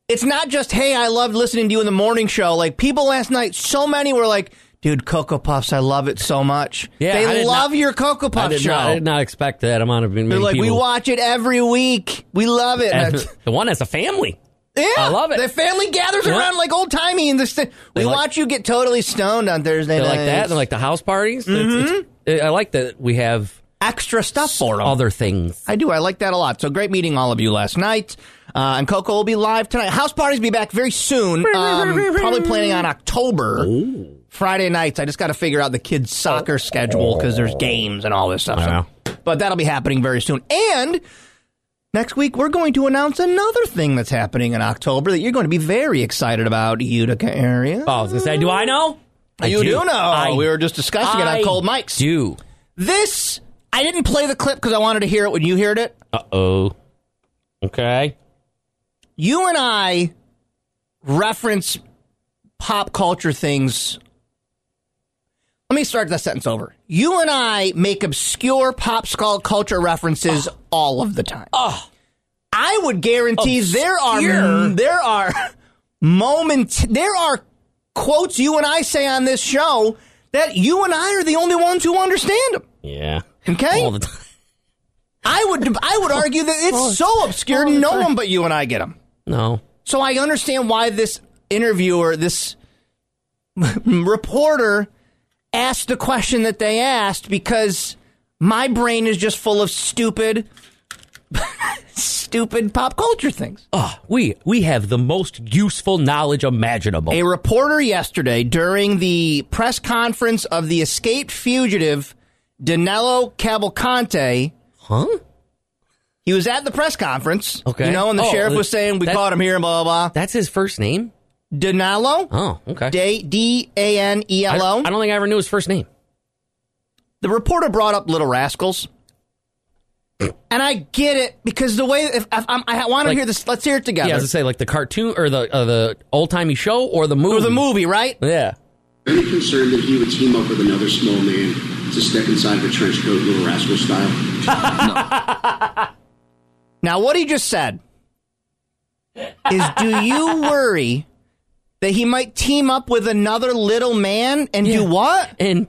Speaker 1: it's not just, hey, I loved listening to you in the morning show. Like, people last night, so many were like, dude, Cocoa Puffs, I love it so much.
Speaker 2: Yeah, I
Speaker 1: they
Speaker 2: did
Speaker 1: love
Speaker 2: not-
Speaker 1: your Cocoa
Speaker 2: I
Speaker 1: Puff
Speaker 2: did,
Speaker 1: show.
Speaker 2: not, I did not expect that amount of many
Speaker 1: They're like,
Speaker 2: people.
Speaker 1: we watch it every week. We love it.
Speaker 2: and
Speaker 1: And I-
Speaker 2: the one that's a family.
Speaker 1: yeah,
Speaker 2: I love it.
Speaker 1: The family gathers
Speaker 2: Yeah.
Speaker 1: around like old timey and this thing. We
Speaker 2: They're like-
Speaker 1: watch you get totally stoned on Thursday
Speaker 2: They're
Speaker 1: nights.
Speaker 2: like that. They're like the house parties. It's- it's- I like that we have
Speaker 1: Mm-hmm. extra stuff for them.
Speaker 2: other things.
Speaker 1: I do. I like that a lot. So great meeting all of you last night. Uh, and Coco will be live tonight. House parties be back very soon. Um, probably planning on October Friday nights. I just got to figure out the kids' soccer schedule because
Speaker 2: Oh.
Speaker 1: there's games and all this stuff.
Speaker 2: I know.
Speaker 1: But that'll be happening very soon. And next week we're going to announce another thing that's happening in October that you're going to be very excited about, Utica area.
Speaker 2: Oh, I was gonna say, do I know? I
Speaker 1: you do, know.
Speaker 2: I-
Speaker 1: we were just discussing it
Speaker 2: I
Speaker 1: on cold mics.
Speaker 2: Do
Speaker 1: This I didn't play the clip because I wanted to hear it when you heard it.
Speaker 2: uh oh. Okay.
Speaker 1: You and I reference pop culture things. Let me start that sentence over. You and I make obscure pop scu- culture references all of the time. I would guarantee there are
Speaker 2: Obscure?
Speaker 1: there are moments there are quotes you and I say on this show that you and I are the only ones who understand them.
Speaker 2: Yeah.
Speaker 1: Okay?
Speaker 2: All the time.
Speaker 1: I would I would argue that it's so obscure, no one but you and I get them.
Speaker 2: No.
Speaker 1: So I understand why this interviewer, this reporter, asked the question that they asked because my brain is just full of stupid, stupid pop culture things.
Speaker 2: Ah, we we have the most useful knowledge imaginable.
Speaker 1: A reporter yesterday during the press conference of the escaped fugitive Danilo Cavalcante.
Speaker 2: huh?
Speaker 1: He was at the press conference.
Speaker 2: Okay.
Speaker 1: You know, and the
Speaker 2: Oh,
Speaker 1: sheriff
Speaker 2: uh,
Speaker 1: was saying, we
Speaker 2: that-
Speaker 1: caught him here, blah, blah, blah.
Speaker 2: That's his first name.
Speaker 1: Danilo?
Speaker 2: Oh, okay.
Speaker 1: D- E
Speaker 2: I,
Speaker 1: D-A-N-E-L-O?
Speaker 2: I don't think I ever knew his first name.
Speaker 1: the reporter brought up Little Rascals, and I get it because the way if, if, I'm, I want to
Speaker 2: Like-
Speaker 1: hear this. Let's hear it together.
Speaker 2: Yeah, as I say, like the cartoon or the uh, the old timey show or the movie
Speaker 1: or the movie, right?
Speaker 2: Yeah.
Speaker 11: Very concerned that he would team up with another small man to step inside of a trench coat, little rascal style.
Speaker 1: Now, what he just said is, do you worry that he might team up with another little man and do
Speaker 2: Yeah.
Speaker 1: what?
Speaker 2: and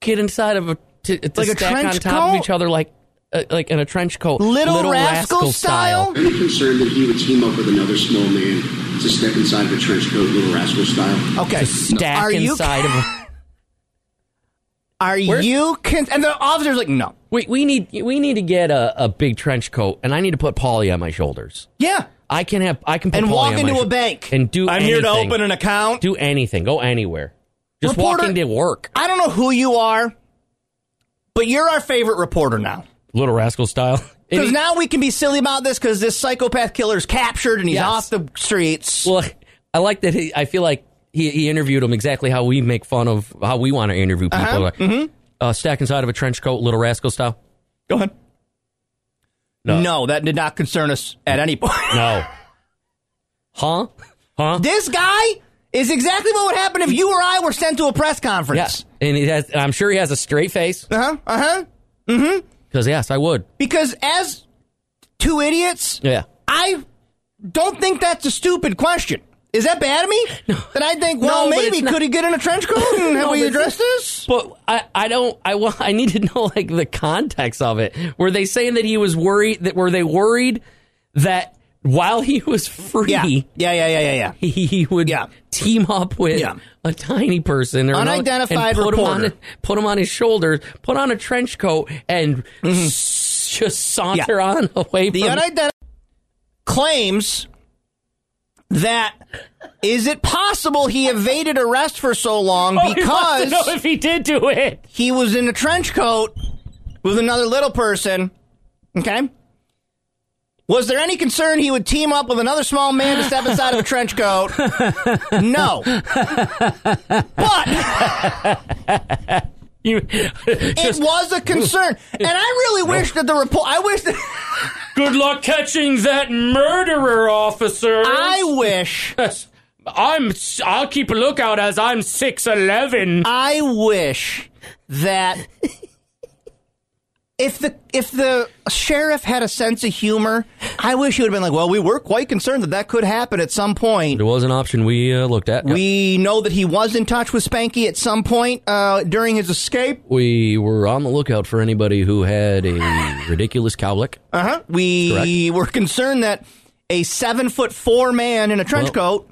Speaker 2: get inside of a to, to
Speaker 1: Like a
Speaker 2: stack on
Speaker 1: trench
Speaker 2: top
Speaker 1: coat?
Speaker 2: of each other like uh, like in a trench coat,
Speaker 1: Little, rascal, style?
Speaker 11: Very concerned that he would team up with another small man to step inside of a trench coat, little rascal style.
Speaker 1: Okay.
Speaker 2: stack
Speaker 1: Are you
Speaker 2: inside of. A,
Speaker 1: are
Speaker 2: Where-
Speaker 1: you con- and the officer's like, no.
Speaker 2: we we need we need to get a, a big trench coat, and I need to put Polly on my shoulders.
Speaker 1: Yeah.
Speaker 2: I can have I can put
Speaker 1: And
Speaker 2: Pauly
Speaker 1: walk
Speaker 2: on my
Speaker 1: into a
Speaker 2: shou-
Speaker 1: bank.
Speaker 2: and do.
Speaker 1: I'm here to
Speaker 2: anything.
Speaker 1: open an account.
Speaker 2: Do anything. Go anywhere. Just
Speaker 1: Reporter-
Speaker 2: walk into work.
Speaker 1: I don't know who you are, but you're our favorite reporter now.
Speaker 2: Little rascal style. And
Speaker 1: Because
Speaker 2: he-
Speaker 1: now we can be silly about this because this psychopath killer's captured and he's
Speaker 2: Yes.
Speaker 1: off the streets.
Speaker 2: Well, I like that. He, I feel like he, he interviewed him exactly how we make fun of how we want to interview
Speaker 1: Uh-huh.
Speaker 2: people. Like,
Speaker 1: Mm-hmm.
Speaker 2: uh, stack inside of a trench coat, little rascal style.
Speaker 1: Go ahead.
Speaker 2: No.
Speaker 1: No. that did not concern us at any point.
Speaker 2: No. Huh? Huh?
Speaker 1: This guy is exactly what would happen if you or I were sent to a press conference.
Speaker 2: Yes. And he has, I'm sure he has a straight face.
Speaker 1: Uh huh. Uh huh.
Speaker 2: Because, yes, I would.
Speaker 1: Because as two idiots,
Speaker 2: Yeah.
Speaker 1: I don't think that's a stupid question. Is that bad of me? That I think, well,
Speaker 2: No, but
Speaker 1: maybe
Speaker 2: it's not-
Speaker 1: could he get in a trench coat? And have
Speaker 2: No,
Speaker 1: we
Speaker 2: but-
Speaker 1: addressed this?
Speaker 2: But I, I don't, I, wa- I need to know, like, the context of it. Were they saying that he was worried, that were they worried that while he was free,
Speaker 1: Yeah. Yeah. Yeah. Yeah. Yeah. Yeah.
Speaker 2: he, he would
Speaker 1: Yeah.
Speaker 2: team up with
Speaker 1: Yeah.
Speaker 2: a tiny person or another-
Speaker 1: Unidentified
Speaker 2: and put Him on,
Speaker 1: reporter.
Speaker 2: put him on his shoulders, put on a trench coat, and s- just saunter
Speaker 1: Mm-hmm. Yeah.
Speaker 2: on away
Speaker 1: The
Speaker 2: from
Speaker 1: unidentified claims that is it possible he evaded arrest for so long
Speaker 2: Oh, he wants to
Speaker 1: because
Speaker 2: know if he did do it.
Speaker 1: he was in a trench coat with another little person. Okay. Was there any concern he would team up with another small man to step inside of a trench coat? No. But
Speaker 2: You,
Speaker 1: it was a concern. And I really wish that the report I wish that
Speaker 2: good luck catching that murderer, officer.
Speaker 1: I wish
Speaker 2: I'm. I'll keep a lookout as I'm six eleven.
Speaker 1: I wish that if the if the sheriff had a sense of humor, I wish he would have been like, "Well, we were quite concerned that that could happen at some point.
Speaker 2: It was an option we uh, looked at.
Speaker 1: We know that he was in touch with Spanky at some point uh, during his escape.
Speaker 2: we were on the lookout for anybody who had a ridiculous cowlick.
Speaker 1: Uh huh. We were concerned that a seven foot four man in a trench coat.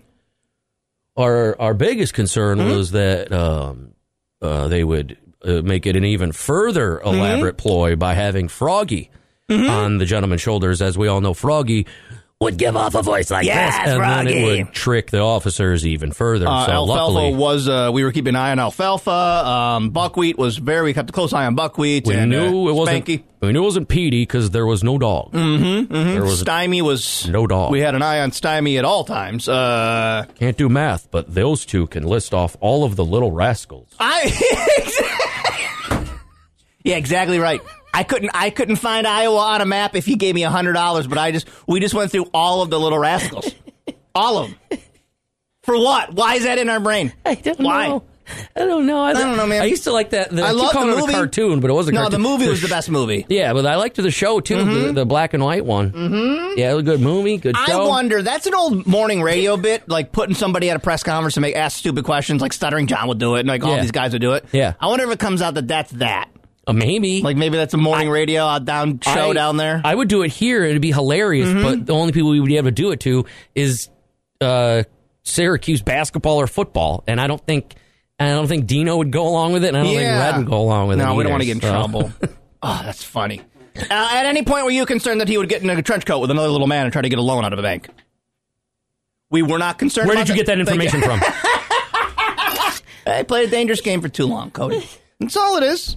Speaker 2: our our biggest concern
Speaker 1: Mm-hmm.
Speaker 2: was that um, uh, they would uh, make it an even further
Speaker 1: Mm-hmm.
Speaker 2: elaborate ploy by having Froggy on the gentleman's shoulders. As we all know, Froggy would give off a voice like
Speaker 1: Yes,
Speaker 2: this, and then
Speaker 1: Rocky.
Speaker 2: it would trick the officers even further.
Speaker 1: Uh,
Speaker 2: so
Speaker 1: alfalfa
Speaker 2: luckily,
Speaker 1: was uh, we were keeping an eye on alfalfa. Um, buckwheat was very we kept a close eye on buckwheat.
Speaker 2: we
Speaker 1: and,
Speaker 2: knew
Speaker 1: uh,
Speaker 2: it wasn't.
Speaker 1: Spanky.
Speaker 2: We knew it wasn't Petey because there was no dog.
Speaker 1: Mm-hmm, mm-hmm.
Speaker 2: There was-
Speaker 1: Stymie was
Speaker 2: No dog.
Speaker 1: We had an eye on Stymie at all times. Uh,
Speaker 2: Can't do math, but those two can list off all of the little rascals.
Speaker 1: I yeah, exactly right. I couldn't I couldn't find Iowa on a map if you gave me hundred dollars, but I just we just went through all of the little rascals, all of them. For what? Why is that in our brain? I don't Why? know.
Speaker 2: I don't know. I,
Speaker 1: don't know, man.
Speaker 2: I used to like that. The,
Speaker 1: I
Speaker 2: keep
Speaker 1: love
Speaker 2: calling
Speaker 1: the
Speaker 2: it a
Speaker 1: movie.
Speaker 2: cartoon, but it wasn't.
Speaker 1: No,
Speaker 2: cartoon.
Speaker 1: the movie was
Speaker 2: sh-
Speaker 1: the best movie.
Speaker 2: Yeah, but I liked the show too. The,
Speaker 1: Mhm.
Speaker 2: the black and white one. Mm-hmm. Yeah, it was a good movie. Good
Speaker 1: I
Speaker 2: show.
Speaker 1: wonder. That's an old morning radio bit, like putting somebody at a press conference to make ask stupid questions, like stuttering John would do it, and like all
Speaker 2: Yeah.
Speaker 1: these guys would do it.
Speaker 2: Yeah.
Speaker 1: I wonder if it comes out that that's that.
Speaker 2: Uh, maybe.
Speaker 1: Like maybe that's a morning radio out down show
Speaker 2: I-
Speaker 1: down there. Mm-hmm.
Speaker 2: I would do it here. It'd be hilarious, but the only people we would be able to do it to is uh, Syracuse basketball or football, and I don't think. And I don't think Dino would go along with it, and I don't
Speaker 1: Yeah.
Speaker 2: think Red would go along with it.
Speaker 1: No, we don't
Speaker 2: either,
Speaker 1: wanna get in
Speaker 2: so.
Speaker 1: trouble. Oh, that's funny. Uh, at any point, were you concerned that he would get in a trench coat with another little man and try to get a loan out of a bank? We were not concerned.
Speaker 2: Where
Speaker 1: about
Speaker 2: did you get that
Speaker 1: Thank you.
Speaker 2: information from?
Speaker 1: I played a dangerous game for too long, Cody. That's all it is.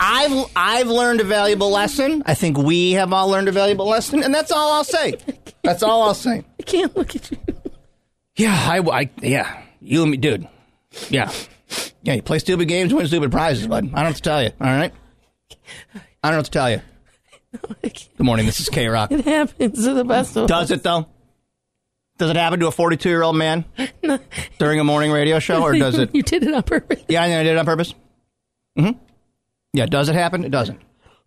Speaker 1: I've I've learned a valuable lesson. I think we have all learned a valuable lesson, and that's all I'll say. That's all I'll say. I
Speaker 2: can't look at you.
Speaker 1: Yeah, I, I yeah, you and me, dude. Yeah, yeah. You play stupid games, win stupid prizes, bud. I don't know what to tell you. All right, I don't know what to tell you. Good morning. This is K Rock.
Speaker 2: It happens to the best of
Speaker 1: Does it though? Does it happen to a 42 year old man during a morning radio show, or does it?
Speaker 2: You did it on purpose.
Speaker 1: Yeah, I know I did it on purpose. hmm Yeah, does it happen? It doesn't.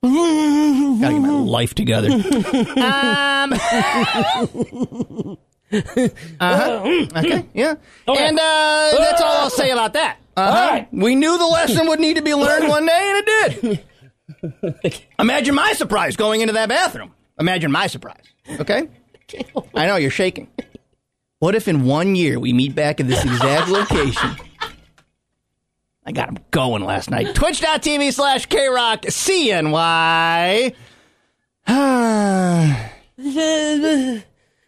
Speaker 1: Gotta get my life together. um. uh-huh. Okay. Yeah. And uh, that's all I'll say about that. Uh-huh.
Speaker 12: right.
Speaker 1: We knew the lesson would need to be learned one day, and it did. Imagine my surprise going into that bathroom. Imagine my surprise. Okay? I know you're shaking. What if in one year we meet back at this exact location? I got him going last night. Twitch.tv slash K Rock CNY.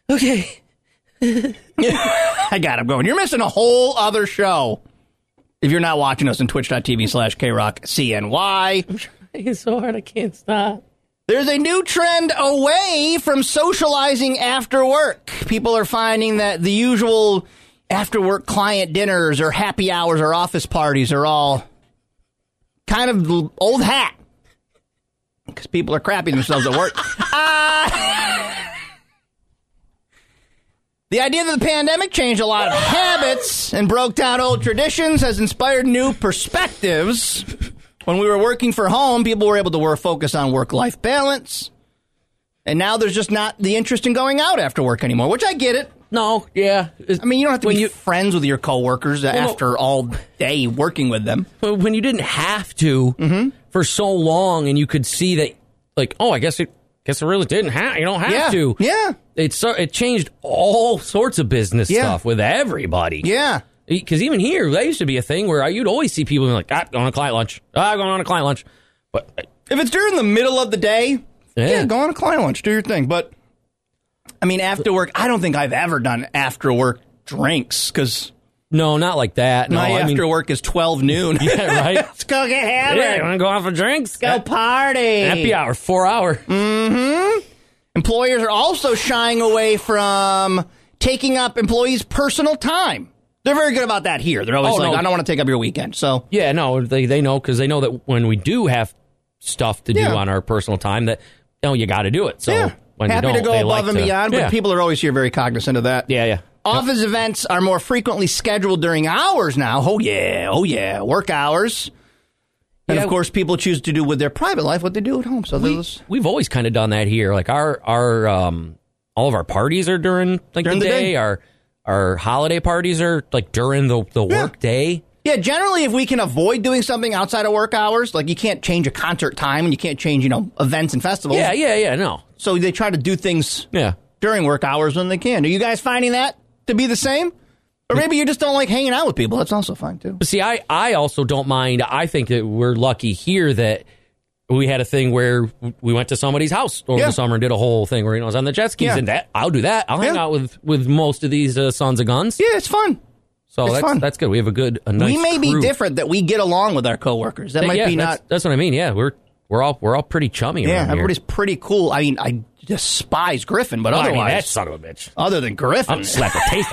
Speaker 1: okay. I got him going. You're missing a whole other show if you're not watching us on twitch.tv slash K Rock CNY. I'm
Speaker 2: trying so hard I can't stop.
Speaker 1: There's a new trend away from socializing after work. People are finding that the usual after work client dinners or happy hours or office parties are all kind of l- old hat because people are crapping themselves at work. Uh, The idea that the pandemic changed a lot of habits and broke down old traditions has inspired new perspectives. When we were working for home, people were able to work, focus on work life balance. And now there's just not the interest in going out after work anymore, which I get it.
Speaker 2: No, yeah.
Speaker 1: I mean, you don't have to be friends with your coworkers
Speaker 2: no.
Speaker 1: after all day working with them.
Speaker 2: But when you didn't have to
Speaker 1: Mm-hmm.
Speaker 2: for so long, and you could see that, like, oh, I guess it, guess it really didn't have. You don't have
Speaker 1: Yeah,
Speaker 2: to.
Speaker 1: Yeah.
Speaker 2: It so it changed all sorts of business
Speaker 1: Yeah.
Speaker 2: stuff with everybody.
Speaker 1: Yeah.
Speaker 2: Because even here, that used to be a thing where you'd always see people being like, ah, going on a client lunch. Ah, going on a client lunch. But
Speaker 1: If it's during the middle of the day,
Speaker 2: Yeah.
Speaker 1: yeah, go on a client lunch, do your thing. But I mean, after work, I don't think I've ever done after work drinks because
Speaker 2: no, not like that. No,
Speaker 1: my
Speaker 2: I mean-
Speaker 1: after work is twelve noon.
Speaker 2: Yeah, right.
Speaker 1: Let's go get hammered.
Speaker 2: Yeah, you want to go out for drinks?
Speaker 1: Go party.
Speaker 2: Happy hour, four hour.
Speaker 1: hmm Employers are also shying away from taking up employees' personal time. They're very good about that here. They're always
Speaker 2: Oh,
Speaker 1: like,
Speaker 2: no.
Speaker 1: I don't want to take up your weekend. So
Speaker 2: Yeah, no, they they know because they know that when we do have stuff to do
Speaker 1: Yeah.
Speaker 2: on our personal time, that oh, you got to do it. So when you
Speaker 1: happy
Speaker 2: don't,
Speaker 1: to go
Speaker 2: they
Speaker 1: above
Speaker 2: like
Speaker 1: and
Speaker 2: to-
Speaker 1: beyond, but
Speaker 2: Yeah.
Speaker 1: people are always here very cognizant of that.
Speaker 2: yeah, yeah.
Speaker 1: Office events are more frequently scheduled during hours now. Oh, yeah. Oh, yeah. Work hours. And
Speaker 2: Yeah.
Speaker 1: of course, people choose to do with their private life what they do at home. So there's.
Speaker 2: We've always kind of done that here. Like our our um all of our parties are during like
Speaker 1: During
Speaker 2: the
Speaker 1: the
Speaker 2: day.
Speaker 1: day.
Speaker 2: Our our holiday parties are like during the the work day.
Speaker 1: Yeah, generally, if we can avoid doing something outside of work hours, like you can't change a concert time and you can't change, you know, events and festivals.
Speaker 2: Yeah, yeah, yeah. No,
Speaker 1: So they try to do things
Speaker 2: yeah.
Speaker 1: during work hours when they can. Are you guys finding that to be the same? Or maybe you just don't like hanging out with people. That's also fine, too.
Speaker 2: But see, I I also don't mind. I think that we're lucky here that we had a thing where we went to somebody's house over
Speaker 13: Yeah.
Speaker 2: the summer and did a whole thing where you know I was on the jet skis
Speaker 13: Yeah.
Speaker 2: and that I'll do that. I'll hang
Speaker 13: Yeah.
Speaker 2: out with with most of these uh, sons of guns.
Speaker 1: Yeah, it's fun.
Speaker 2: So
Speaker 1: It's
Speaker 2: that's
Speaker 1: fun.
Speaker 2: that's good. We have a good a nice
Speaker 1: we may
Speaker 2: crew.
Speaker 1: be different that we get along with our coworkers. That
Speaker 2: Yeah,
Speaker 1: might
Speaker 2: yeah,
Speaker 1: be
Speaker 2: that's-
Speaker 1: not.
Speaker 2: That's what I mean. Yeah, we're we're all we're all pretty chummy.
Speaker 1: Yeah,
Speaker 2: around here.
Speaker 1: everybody's pretty cool. I mean, I despise Griffin, but
Speaker 2: Oh, I mean,
Speaker 1: otherwise,
Speaker 2: that son of a bitch.
Speaker 1: Other than Griffin,
Speaker 2: I'll slap a taste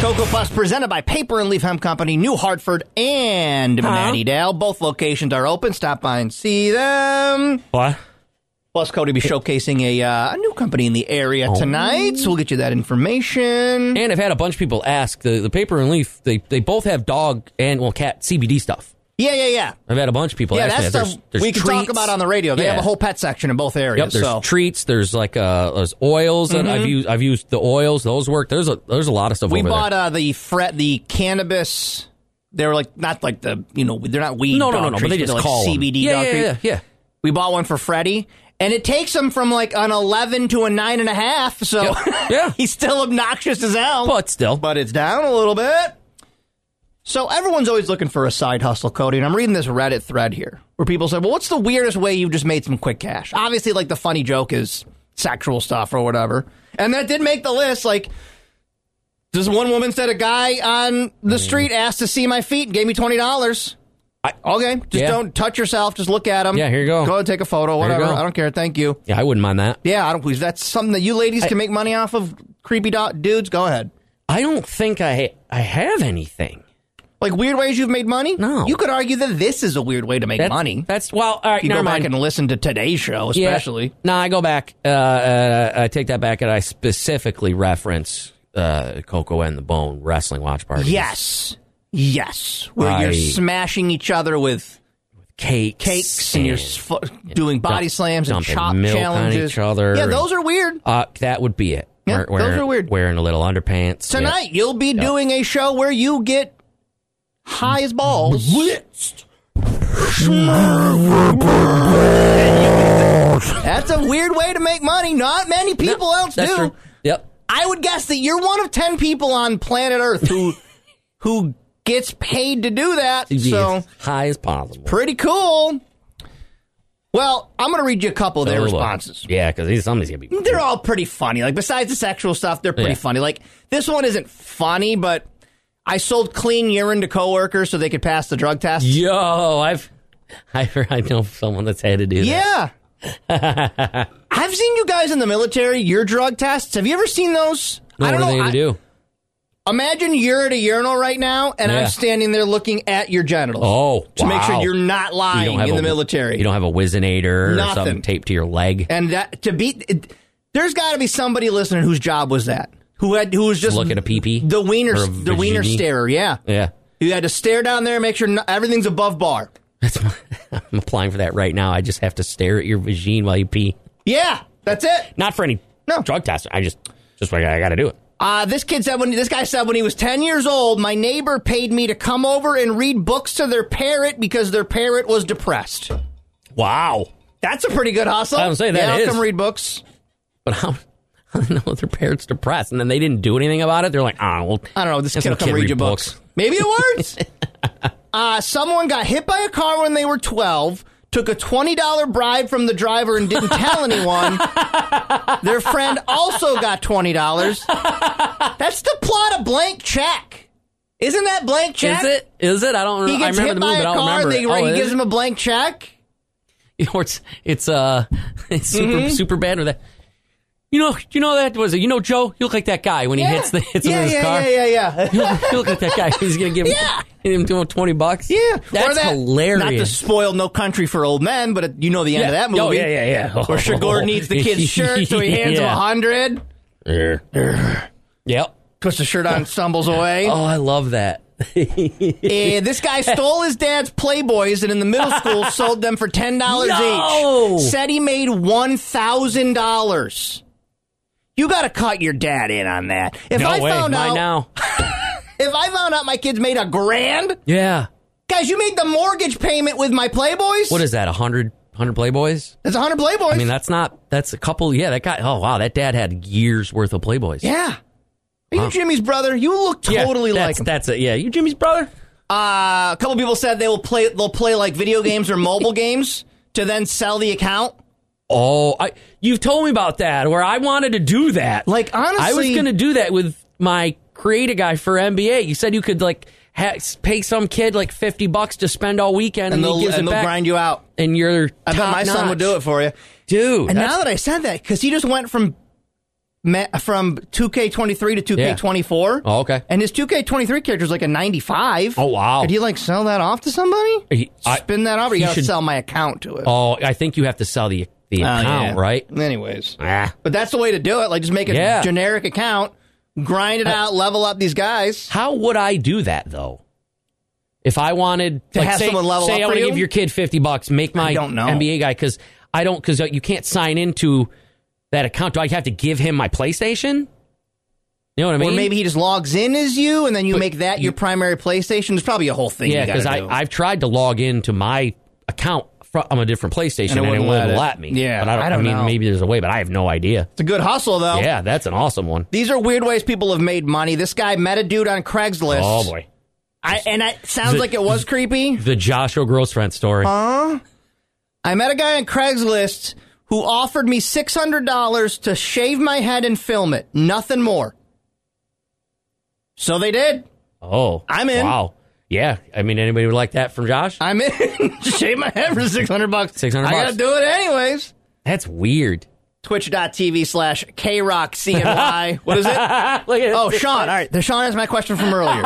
Speaker 1: Cocoa Puffs presented by Paper and Leaf Hemp Company, New Hartford and
Speaker 2: Huh?
Speaker 1: Manatee-Dale. Both locations are open. Stop by and see them.
Speaker 2: What?
Speaker 1: Plus, Cody be showcasing a, uh, a new company in the
Speaker 2: Oh.
Speaker 1: area tonight, so we'll get you that information.
Speaker 2: And I've had a bunch of people ask the, the paper and leaf. They they both have dog and well cat CBD stuff.
Speaker 1: Yeah, yeah, yeah.
Speaker 2: I've had a bunch of people
Speaker 1: yeah,
Speaker 2: ask me
Speaker 1: that's
Speaker 2: that.
Speaker 1: stuff we can talk
Speaker 2: treats.
Speaker 1: about on the radio. They
Speaker 2: Yeah.
Speaker 1: have a whole pet section in both areas.
Speaker 2: Yep, there's
Speaker 1: so.
Speaker 2: treats. There's like uh, there's oils that I've
Speaker 1: Mhm.
Speaker 2: used. I've used the oils. Those work. There's a there's a lot of stuff.
Speaker 1: We
Speaker 2: over
Speaker 1: bought
Speaker 2: there.
Speaker 1: uh, the fret, the cannabis. They were like not like the you know they're not weed.
Speaker 2: No, no,
Speaker 1: dog
Speaker 2: no, no, but
Speaker 1: treats,
Speaker 2: they just
Speaker 1: they're like
Speaker 2: call 'em.
Speaker 1: CBD.
Speaker 2: Yeah,
Speaker 1: dog
Speaker 2: yeah,
Speaker 1: treats.
Speaker 2: yeah, yeah.
Speaker 1: We bought one for Freddie, and it takes him from like an eleven to a nine and a half. So yeah, he's still obnoxious as hell.
Speaker 2: But still,
Speaker 1: but it's down a little bit. So everyone's always looking for a side hustle, Cody. And I'm reading this Reddit thread here where people said, "Well, what's the weirdest way you've just made some quick cash?" Obviously, like the funny joke is sexual stuff or whatever, and that did make the list. Like this one woman said, a guy on the street asked to see my feet and gave me twenty dollars. Okay, just
Speaker 2: Yeah.
Speaker 1: don't touch yourself. Just look at them.
Speaker 2: Yeah, here you go.
Speaker 1: Go and take a photo.
Speaker 2: There you
Speaker 1: Whatever.
Speaker 2: go.
Speaker 1: I don't care. Thank you.
Speaker 2: yeah, I wouldn't mind that.
Speaker 1: Yeah, I don't. please, That's something that you ladies can make money off of. Creepy do- dudes. Go ahead.
Speaker 2: I don't think I I have anything.
Speaker 1: Like weird ways you've made money?
Speaker 2: No.
Speaker 1: You could argue that this is a weird way to make
Speaker 2: That's-
Speaker 1: money.
Speaker 2: That's well, all right.
Speaker 1: If you
Speaker 2: never
Speaker 1: go back
Speaker 2: mind.
Speaker 1: and listen to today's show, especially.
Speaker 2: No, I go back. Uh, uh, I take that back, and I specifically reference uh, Coco and the Bone wrestling watch party.
Speaker 1: Yes. Yes. Where you're
Speaker 2: I-
Speaker 1: smashing each other with
Speaker 2: cakes,
Speaker 1: cakes, and, you're s- fu- doing body
Speaker 2: dump-
Speaker 1: slams and
Speaker 2: dumping
Speaker 1: chop
Speaker 2: milk on
Speaker 1: challenges.
Speaker 2: each other
Speaker 1: Yeah,
Speaker 2: and-
Speaker 1: those are weird.
Speaker 2: Uh, that would be it.
Speaker 1: Yeah,
Speaker 2: Wear-
Speaker 1: those are weird.
Speaker 2: Wearing a little underpants yeah.
Speaker 1: Tonight you'll be
Speaker 2: Yep.
Speaker 1: doing a show where you get high as balls. That's a weird way to make money. Not many people else
Speaker 2: that's
Speaker 1: do.
Speaker 2: true. Yep.
Speaker 1: I would guess that you're one of ten people on planet Earth who who gets paid to do that.
Speaker 2: You'd be
Speaker 1: So
Speaker 2: as high as possible.
Speaker 1: pretty cool. Well, I'm going to read you a couple of their
Speaker 2: So, uh,
Speaker 1: responses.
Speaker 2: Yeah, because somebody's gonna be.
Speaker 1: They're all pretty funny. Like besides the sexual stuff, they're pretty
Speaker 2: Yeah.
Speaker 1: funny. Like this one isn't funny, but I sold clean urine to coworkers so they could pass the drug test.
Speaker 2: Yo, I've, I I know someone that's had to do that.
Speaker 1: Yeah. I've seen you guys in the military, your drug tests. Have you ever seen those?
Speaker 2: No,
Speaker 1: I
Speaker 2: what
Speaker 1: don't
Speaker 2: are they
Speaker 1: know.
Speaker 2: gonna
Speaker 1: I-
Speaker 2: do?
Speaker 1: Imagine you're at a urinal right now and
Speaker 2: Yeah.
Speaker 1: I'm standing there looking at your genitals.
Speaker 2: Oh,
Speaker 1: To make sure
Speaker 2: wow.
Speaker 1: you're not lying
Speaker 2: have
Speaker 1: in
Speaker 2: a-
Speaker 1: the military.
Speaker 2: You don't have a wizinator or
Speaker 1: Nothing.
Speaker 2: something taped to your leg.
Speaker 1: and that to be it, there's got to be somebody listening whose job was that. Who had who was just
Speaker 2: Look at a pee-pee?
Speaker 1: The wiener
Speaker 2: Or a
Speaker 1: the wiener
Speaker 2: virginie?
Speaker 1: starer, yeah.
Speaker 2: Yeah,
Speaker 1: You had to stare down there and make sure no, everything's above bar.
Speaker 2: I'm applying for that right now. I just have to stare at your vagine while you pee.
Speaker 1: Yeah, that's it.
Speaker 2: Not for any no. drug test. I just just like I got to do it.
Speaker 1: Uh, this kid said when this guy said when he was ten years old, my neighbor paid me to come over and read books to their parrot because their parrot was depressed.
Speaker 2: Wow.
Speaker 1: That's a pretty good hustle.
Speaker 2: I would say that
Speaker 1: yeah, I'll
Speaker 2: is.
Speaker 1: come read books.
Speaker 2: But how? I don't know their parents depressed, and then they didn't do anything about it. They're like, oh, well,
Speaker 1: I don't know. This
Speaker 2: have
Speaker 1: kid
Speaker 2: some
Speaker 1: will come read your books. Maybe it works. uh, someone got hit by a car when they were 12, took a $20 bribe from the driver and didn't tell anyone. Their friend also got $20. That's the plot of Blank Check. Isn't that Blank Check?
Speaker 2: Is it? Is it? I don't.
Speaker 1: He
Speaker 2: know. I
Speaker 1: gets
Speaker 2: remember
Speaker 1: hit
Speaker 2: the
Speaker 1: by
Speaker 2: movie,
Speaker 1: a
Speaker 2: but I don't
Speaker 1: car
Speaker 2: remember.
Speaker 1: and they,
Speaker 2: it. Oh,
Speaker 1: he
Speaker 2: it
Speaker 1: gives
Speaker 2: is?
Speaker 1: him a blank check.
Speaker 2: you know, it's it's uh it's super
Speaker 1: Mm-hmm.
Speaker 2: super bad with that. You know, you know that was it. You know, Joe, you look like that guy when he hits the hits him
Speaker 1: yeah,
Speaker 2: with his
Speaker 1: yeah,
Speaker 2: car.
Speaker 1: yeah, yeah,
Speaker 2: You,
Speaker 1: yeah.
Speaker 2: look, you look like that guy. He's gonna give him,
Speaker 1: Yeah.
Speaker 2: hit him to him twenty bucks. Yeah,
Speaker 1: Or
Speaker 2: that's
Speaker 1: that- Not to
Speaker 2: hilarious.
Speaker 1: spoil No Country for Old Men, but uh, you know the end
Speaker 2: Yeah.
Speaker 1: of that movie.
Speaker 2: Oh, yeah, yeah, yeah. Oh.
Speaker 1: Where Shagor needs the kid's shirt, so he hands him
Speaker 2: Yeah.
Speaker 1: a hundred.
Speaker 2: yep.
Speaker 1: Puts the shirt on, stumbles away.
Speaker 2: Oh, I love that.
Speaker 1: Eh, this guy stole his dad's Playboys and in the middle school sold them for ten dollars
Speaker 2: No!
Speaker 1: each. Said he made one thousand dollars. You got to cut your dad in on that. If
Speaker 2: no
Speaker 1: I
Speaker 2: way.
Speaker 1: found
Speaker 2: Mine
Speaker 1: out,
Speaker 2: now.
Speaker 1: if I found out my kids made a grand,
Speaker 2: Yeah.
Speaker 1: guys, you made the mortgage payment with my Playboys.
Speaker 2: What is that? A hundred hundred playboys?
Speaker 1: That's a hundred Playboys.
Speaker 2: I mean, that's not. That's a couple. Yeah, that guy. Oh wow, that dad had years worth of playboys.
Speaker 1: yeah. Are you Jimmy's brother? You look
Speaker 2: Yeah,
Speaker 1: totally
Speaker 2: that's,
Speaker 1: like him.
Speaker 2: That's it. Yeah, you Jimmy's brother.
Speaker 1: Uh, a couple people said they will play. They'll play like video games or mobile games to then sell the account?
Speaker 2: Oh, I you've told me about that. Where I wanted to do that.
Speaker 1: Like honestly,
Speaker 2: I was going to do that with my creative guy for MBA. You said you could like ha- pay some kid like fifty bucks to spend all
Speaker 1: and
Speaker 2: weekend, and,
Speaker 1: they'll,
Speaker 2: he gives
Speaker 1: and
Speaker 2: it
Speaker 1: they'll
Speaker 2: back.
Speaker 1: grind you out.
Speaker 2: and you're,
Speaker 1: I bet
Speaker 2: top
Speaker 1: my son would
Speaker 2: notch.
Speaker 1: do it for you,
Speaker 2: dude.
Speaker 1: And
Speaker 2: that's-
Speaker 1: now that I said that, because he just went from ma- from 2K23 to 2K24.
Speaker 2: Oh, okay.
Speaker 1: And his 2K23 character is like a 95.
Speaker 2: Oh, wow.
Speaker 1: Could you like sell that off to somebody?
Speaker 2: He- I-
Speaker 1: Spin that off, or you
Speaker 2: he
Speaker 1: gotta
Speaker 2: should-
Speaker 1: sell my account to it.
Speaker 2: Oh, I think you have to sell the the
Speaker 1: Oh, yeah.
Speaker 2: account, right?
Speaker 1: Anyways,
Speaker 2: Ah.
Speaker 1: but that's the way to do it. Like, just make a
Speaker 2: Yeah.
Speaker 1: generic account, grind it out, level up these guys.
Speaker 2: How would I do that though? If I wanted
Speaker 1: To
Speaker 2: like,
Speaker 1: have
Speaker 2: say,
Speaker 1: someone level
Speaker 2: say
Speaker 1: up
Speaker 2: I
Speaker 1: for
Speaker 2: wanna
Speaker 1: you?
Speaker 2: give your kid fifty bucks, make my
Speaker 1: I don't know.
Speaker 2: NBA guy because I don't because you can't sign into that account. Do I have to give him my PlayStation? You know what I mean?
Speaker 1: Or maybe he just logs in as you, and then you make that your primary PlayStation. There's probably a whole thing.
Speaker 2: yeah,
Speaker 1: because
Speaker 2: because I I've tried to log into my account from a different PlayStation
Speaker 1: And it
Speaker 2: and, it
Speaker 1: wouldn't
Speaker 2: wouldn't
Speaker 1: let
Speaker 2: let,
Speaker 1: it.
Speaker 2: me.
Speaker 1: Yeah,
Speaker 2: but I don't,
Speaker 1: I don't
Speaker 2: mean
Speaker 1: know. Oh.
Speaker 2: maybe there's a way, but I have no idea.
Speaker 1: it's a good hustle though.
Speaker 2: Yeah, that's an awesome one.
Speaker 1: These are weird ways people have made money. This guy met a dude on Craigslist.
Speaker 2: Oh boy,
Speaker 1: I, and it sounds
Speaker 2: The-
Speaker 1: like it was creepy.
Speaker 2: the Joshua Grossfriend story.
Speaker 1: Huh? I met a guy on Craigslist who offered me six hundred dollars to shave my head and film it. Nothing more. So they did.
Speaker 2: oh,
Speaker 1: I'm in.
Speaker 2: Wow. Yeah, I mean, anybody would like that from Josh?
Speaker 1: I'm in. shave my head for six hundred bucks.
Speaker 2: 600
Speaker 1: I
Speaker 2: bucks.
Speaker 1: gotta do it anyways.
Speaker 2: That's weird.
Speaker 1: Twitch.tv slash KRockCNY. what is it?
Speaker 2: Look at
Speaker 1: Oh, Sean. All right. The Sean asked my question from earlier.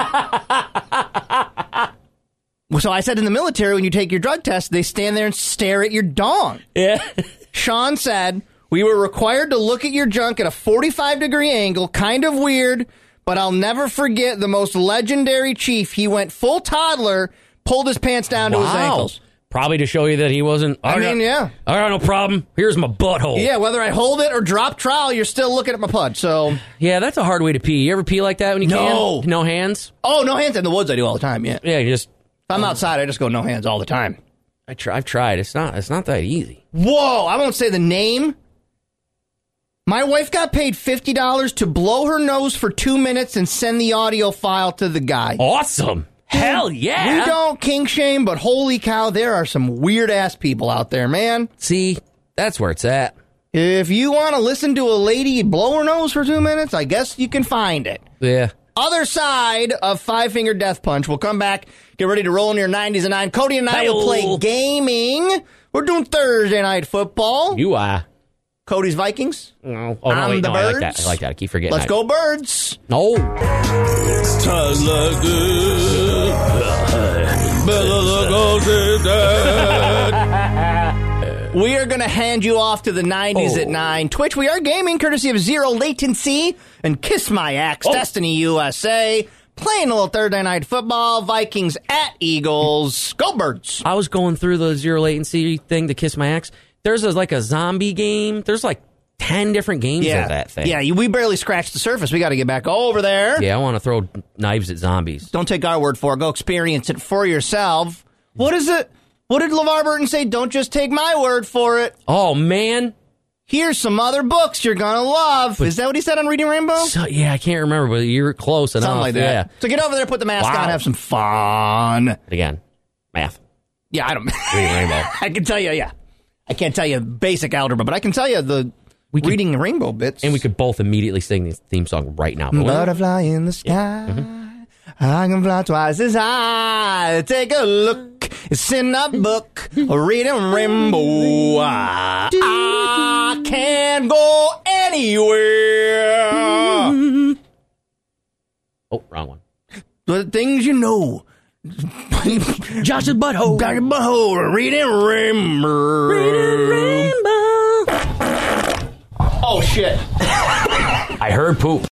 Speaker 1: Well, so I said in the military, when you take your drug test, they stand there and stare at your dong.
Speaker 2: Yeah.
Speaker 1: Sean said, We were required to look at your junk at a 45 degree angle. Kind of weird, but I'll never forget the most legendary chief. He went full toddler, pulled his pants down to his ankles.
Speaker 2: Probably to show you that he wasn't.
Speaker 1: I
Speaker 2: got-
Speaker 1: mean, yeah.
Speaker 2: I got no problem. Here's my butthole.
Speaker 1: Yeah, whether I hold it or drop trowel, you're still looking at my pud. So,
Speaker 2: Yeah, that's a hard way to pee. You ever pee like that when you
Speaker 1: No.
Speaker 2: can? No hands?
Speaker 1: oh, no hands in the woods, I do all the time. Yeah. If
Speaker 2: Yeah, you just.
Speaker 1: I'm outside, I just go no hands all the time.
Speaker 2: I try, I've tried. It's not. It's not that easy.
Speaker 1: Whoa, I won't say the name. My wife got paid $50 to blow her nose for two minutes and send the audio file to the guy.
Speaker 2: Awesome. Hell yeah.
Speaker 1: We don't king shame, but holy cow, there are some weird ass people out there, man.
Speaker 2: See, that's where it's at.
Speaker 1: If you want to listen to a lady blow her nose for two minutes, I guess you can find it.
Speaker 2: Yeah.
Speaker 1: Other side of Five Finger Death Punch. We'll come back, get ready to roll in your 90s and 9. Cody and I will play
Speaker 2: Hey-o.
Speaker 1: gaming. We're doing Thursday night football.
Speaker 2: You are.
Speaker 1: Cody's Vikings.
Speaker 2: No. Oh
Speaker 1: I'm
Speaker 2: no, wait,
Speaker 1: the
Speaker 2: no, I like
Speaker 1: birds.
Speaker 2: that. I like that. I keep forgetting.
Speaker 1: Let's
Speaker 2: I-
Speaker 1: go, birds.
Speaker 2: No.
Speaker 1: We are going to hand you off to the 90s
Speaker 2: Oh.
Speaker 1: at 9. Twitch, we are gaming courtesy of Zero Latency and Kiss My Axe, Destiny USA. Playing a little Thursday night football, Vikings at Eagles. Go Birds.
Speaker 2: I was going through the zero latency thing to kiss my ex. There's a, like a zombie game. There's like ten different games of that thing.
Speaker 1: Yeah, you- we barely scratched the surface. We got to get back over there.
Speaker 2: Yeah, I want to throw knives at zombies.
Speaker 1: Don't take our word for it. Go experience it for yourself. What is it? What did LeVar Burton say? Don't just take my word for it.
Speaker 2: Oh man.
Speaker 1: Here's some other books you're going to love. is that what he said on Reading Rainbow?
Speaker 2: So, yeah, I can't remember, but you're close enough.
Speaker 1: Something like that.
Speaker 2: Yeah.
Speaker 1: So get over there, put the mask
Speaker 2: Wow.
Speaker 1: on, have some fun.
Speaker 2: Again, math.
Speaker 1: Yeah, I don't.
Speaker 2: Reading Rainbow.
Speaker 1: I can tell you, yeah. I can't tell you basic algebra, but I can tell you the
Speaker 2: We could-
Speaker 1: reading rainbow bits.
Speaker 2: And we Oh, could both immediately sing the theme song right now. But we're-
Speaker 1: butterfly in the sky.
Speaker 2: Mm-hmm.
Speaker 1: I can fly twice as high. Take a look. It's in a book. Reading rainbow. I, I can go anywhere.
Speaker 2: oh, wrong one.
Speaker 1: the things you know.
Speaker 2: Josh's butthole.
Speaker 1: Dr. Butthole, reading rainbow.
Speaker 2: Rainbow.
Speaker 1: Oh, shit.
Speaker 2: I heard poop.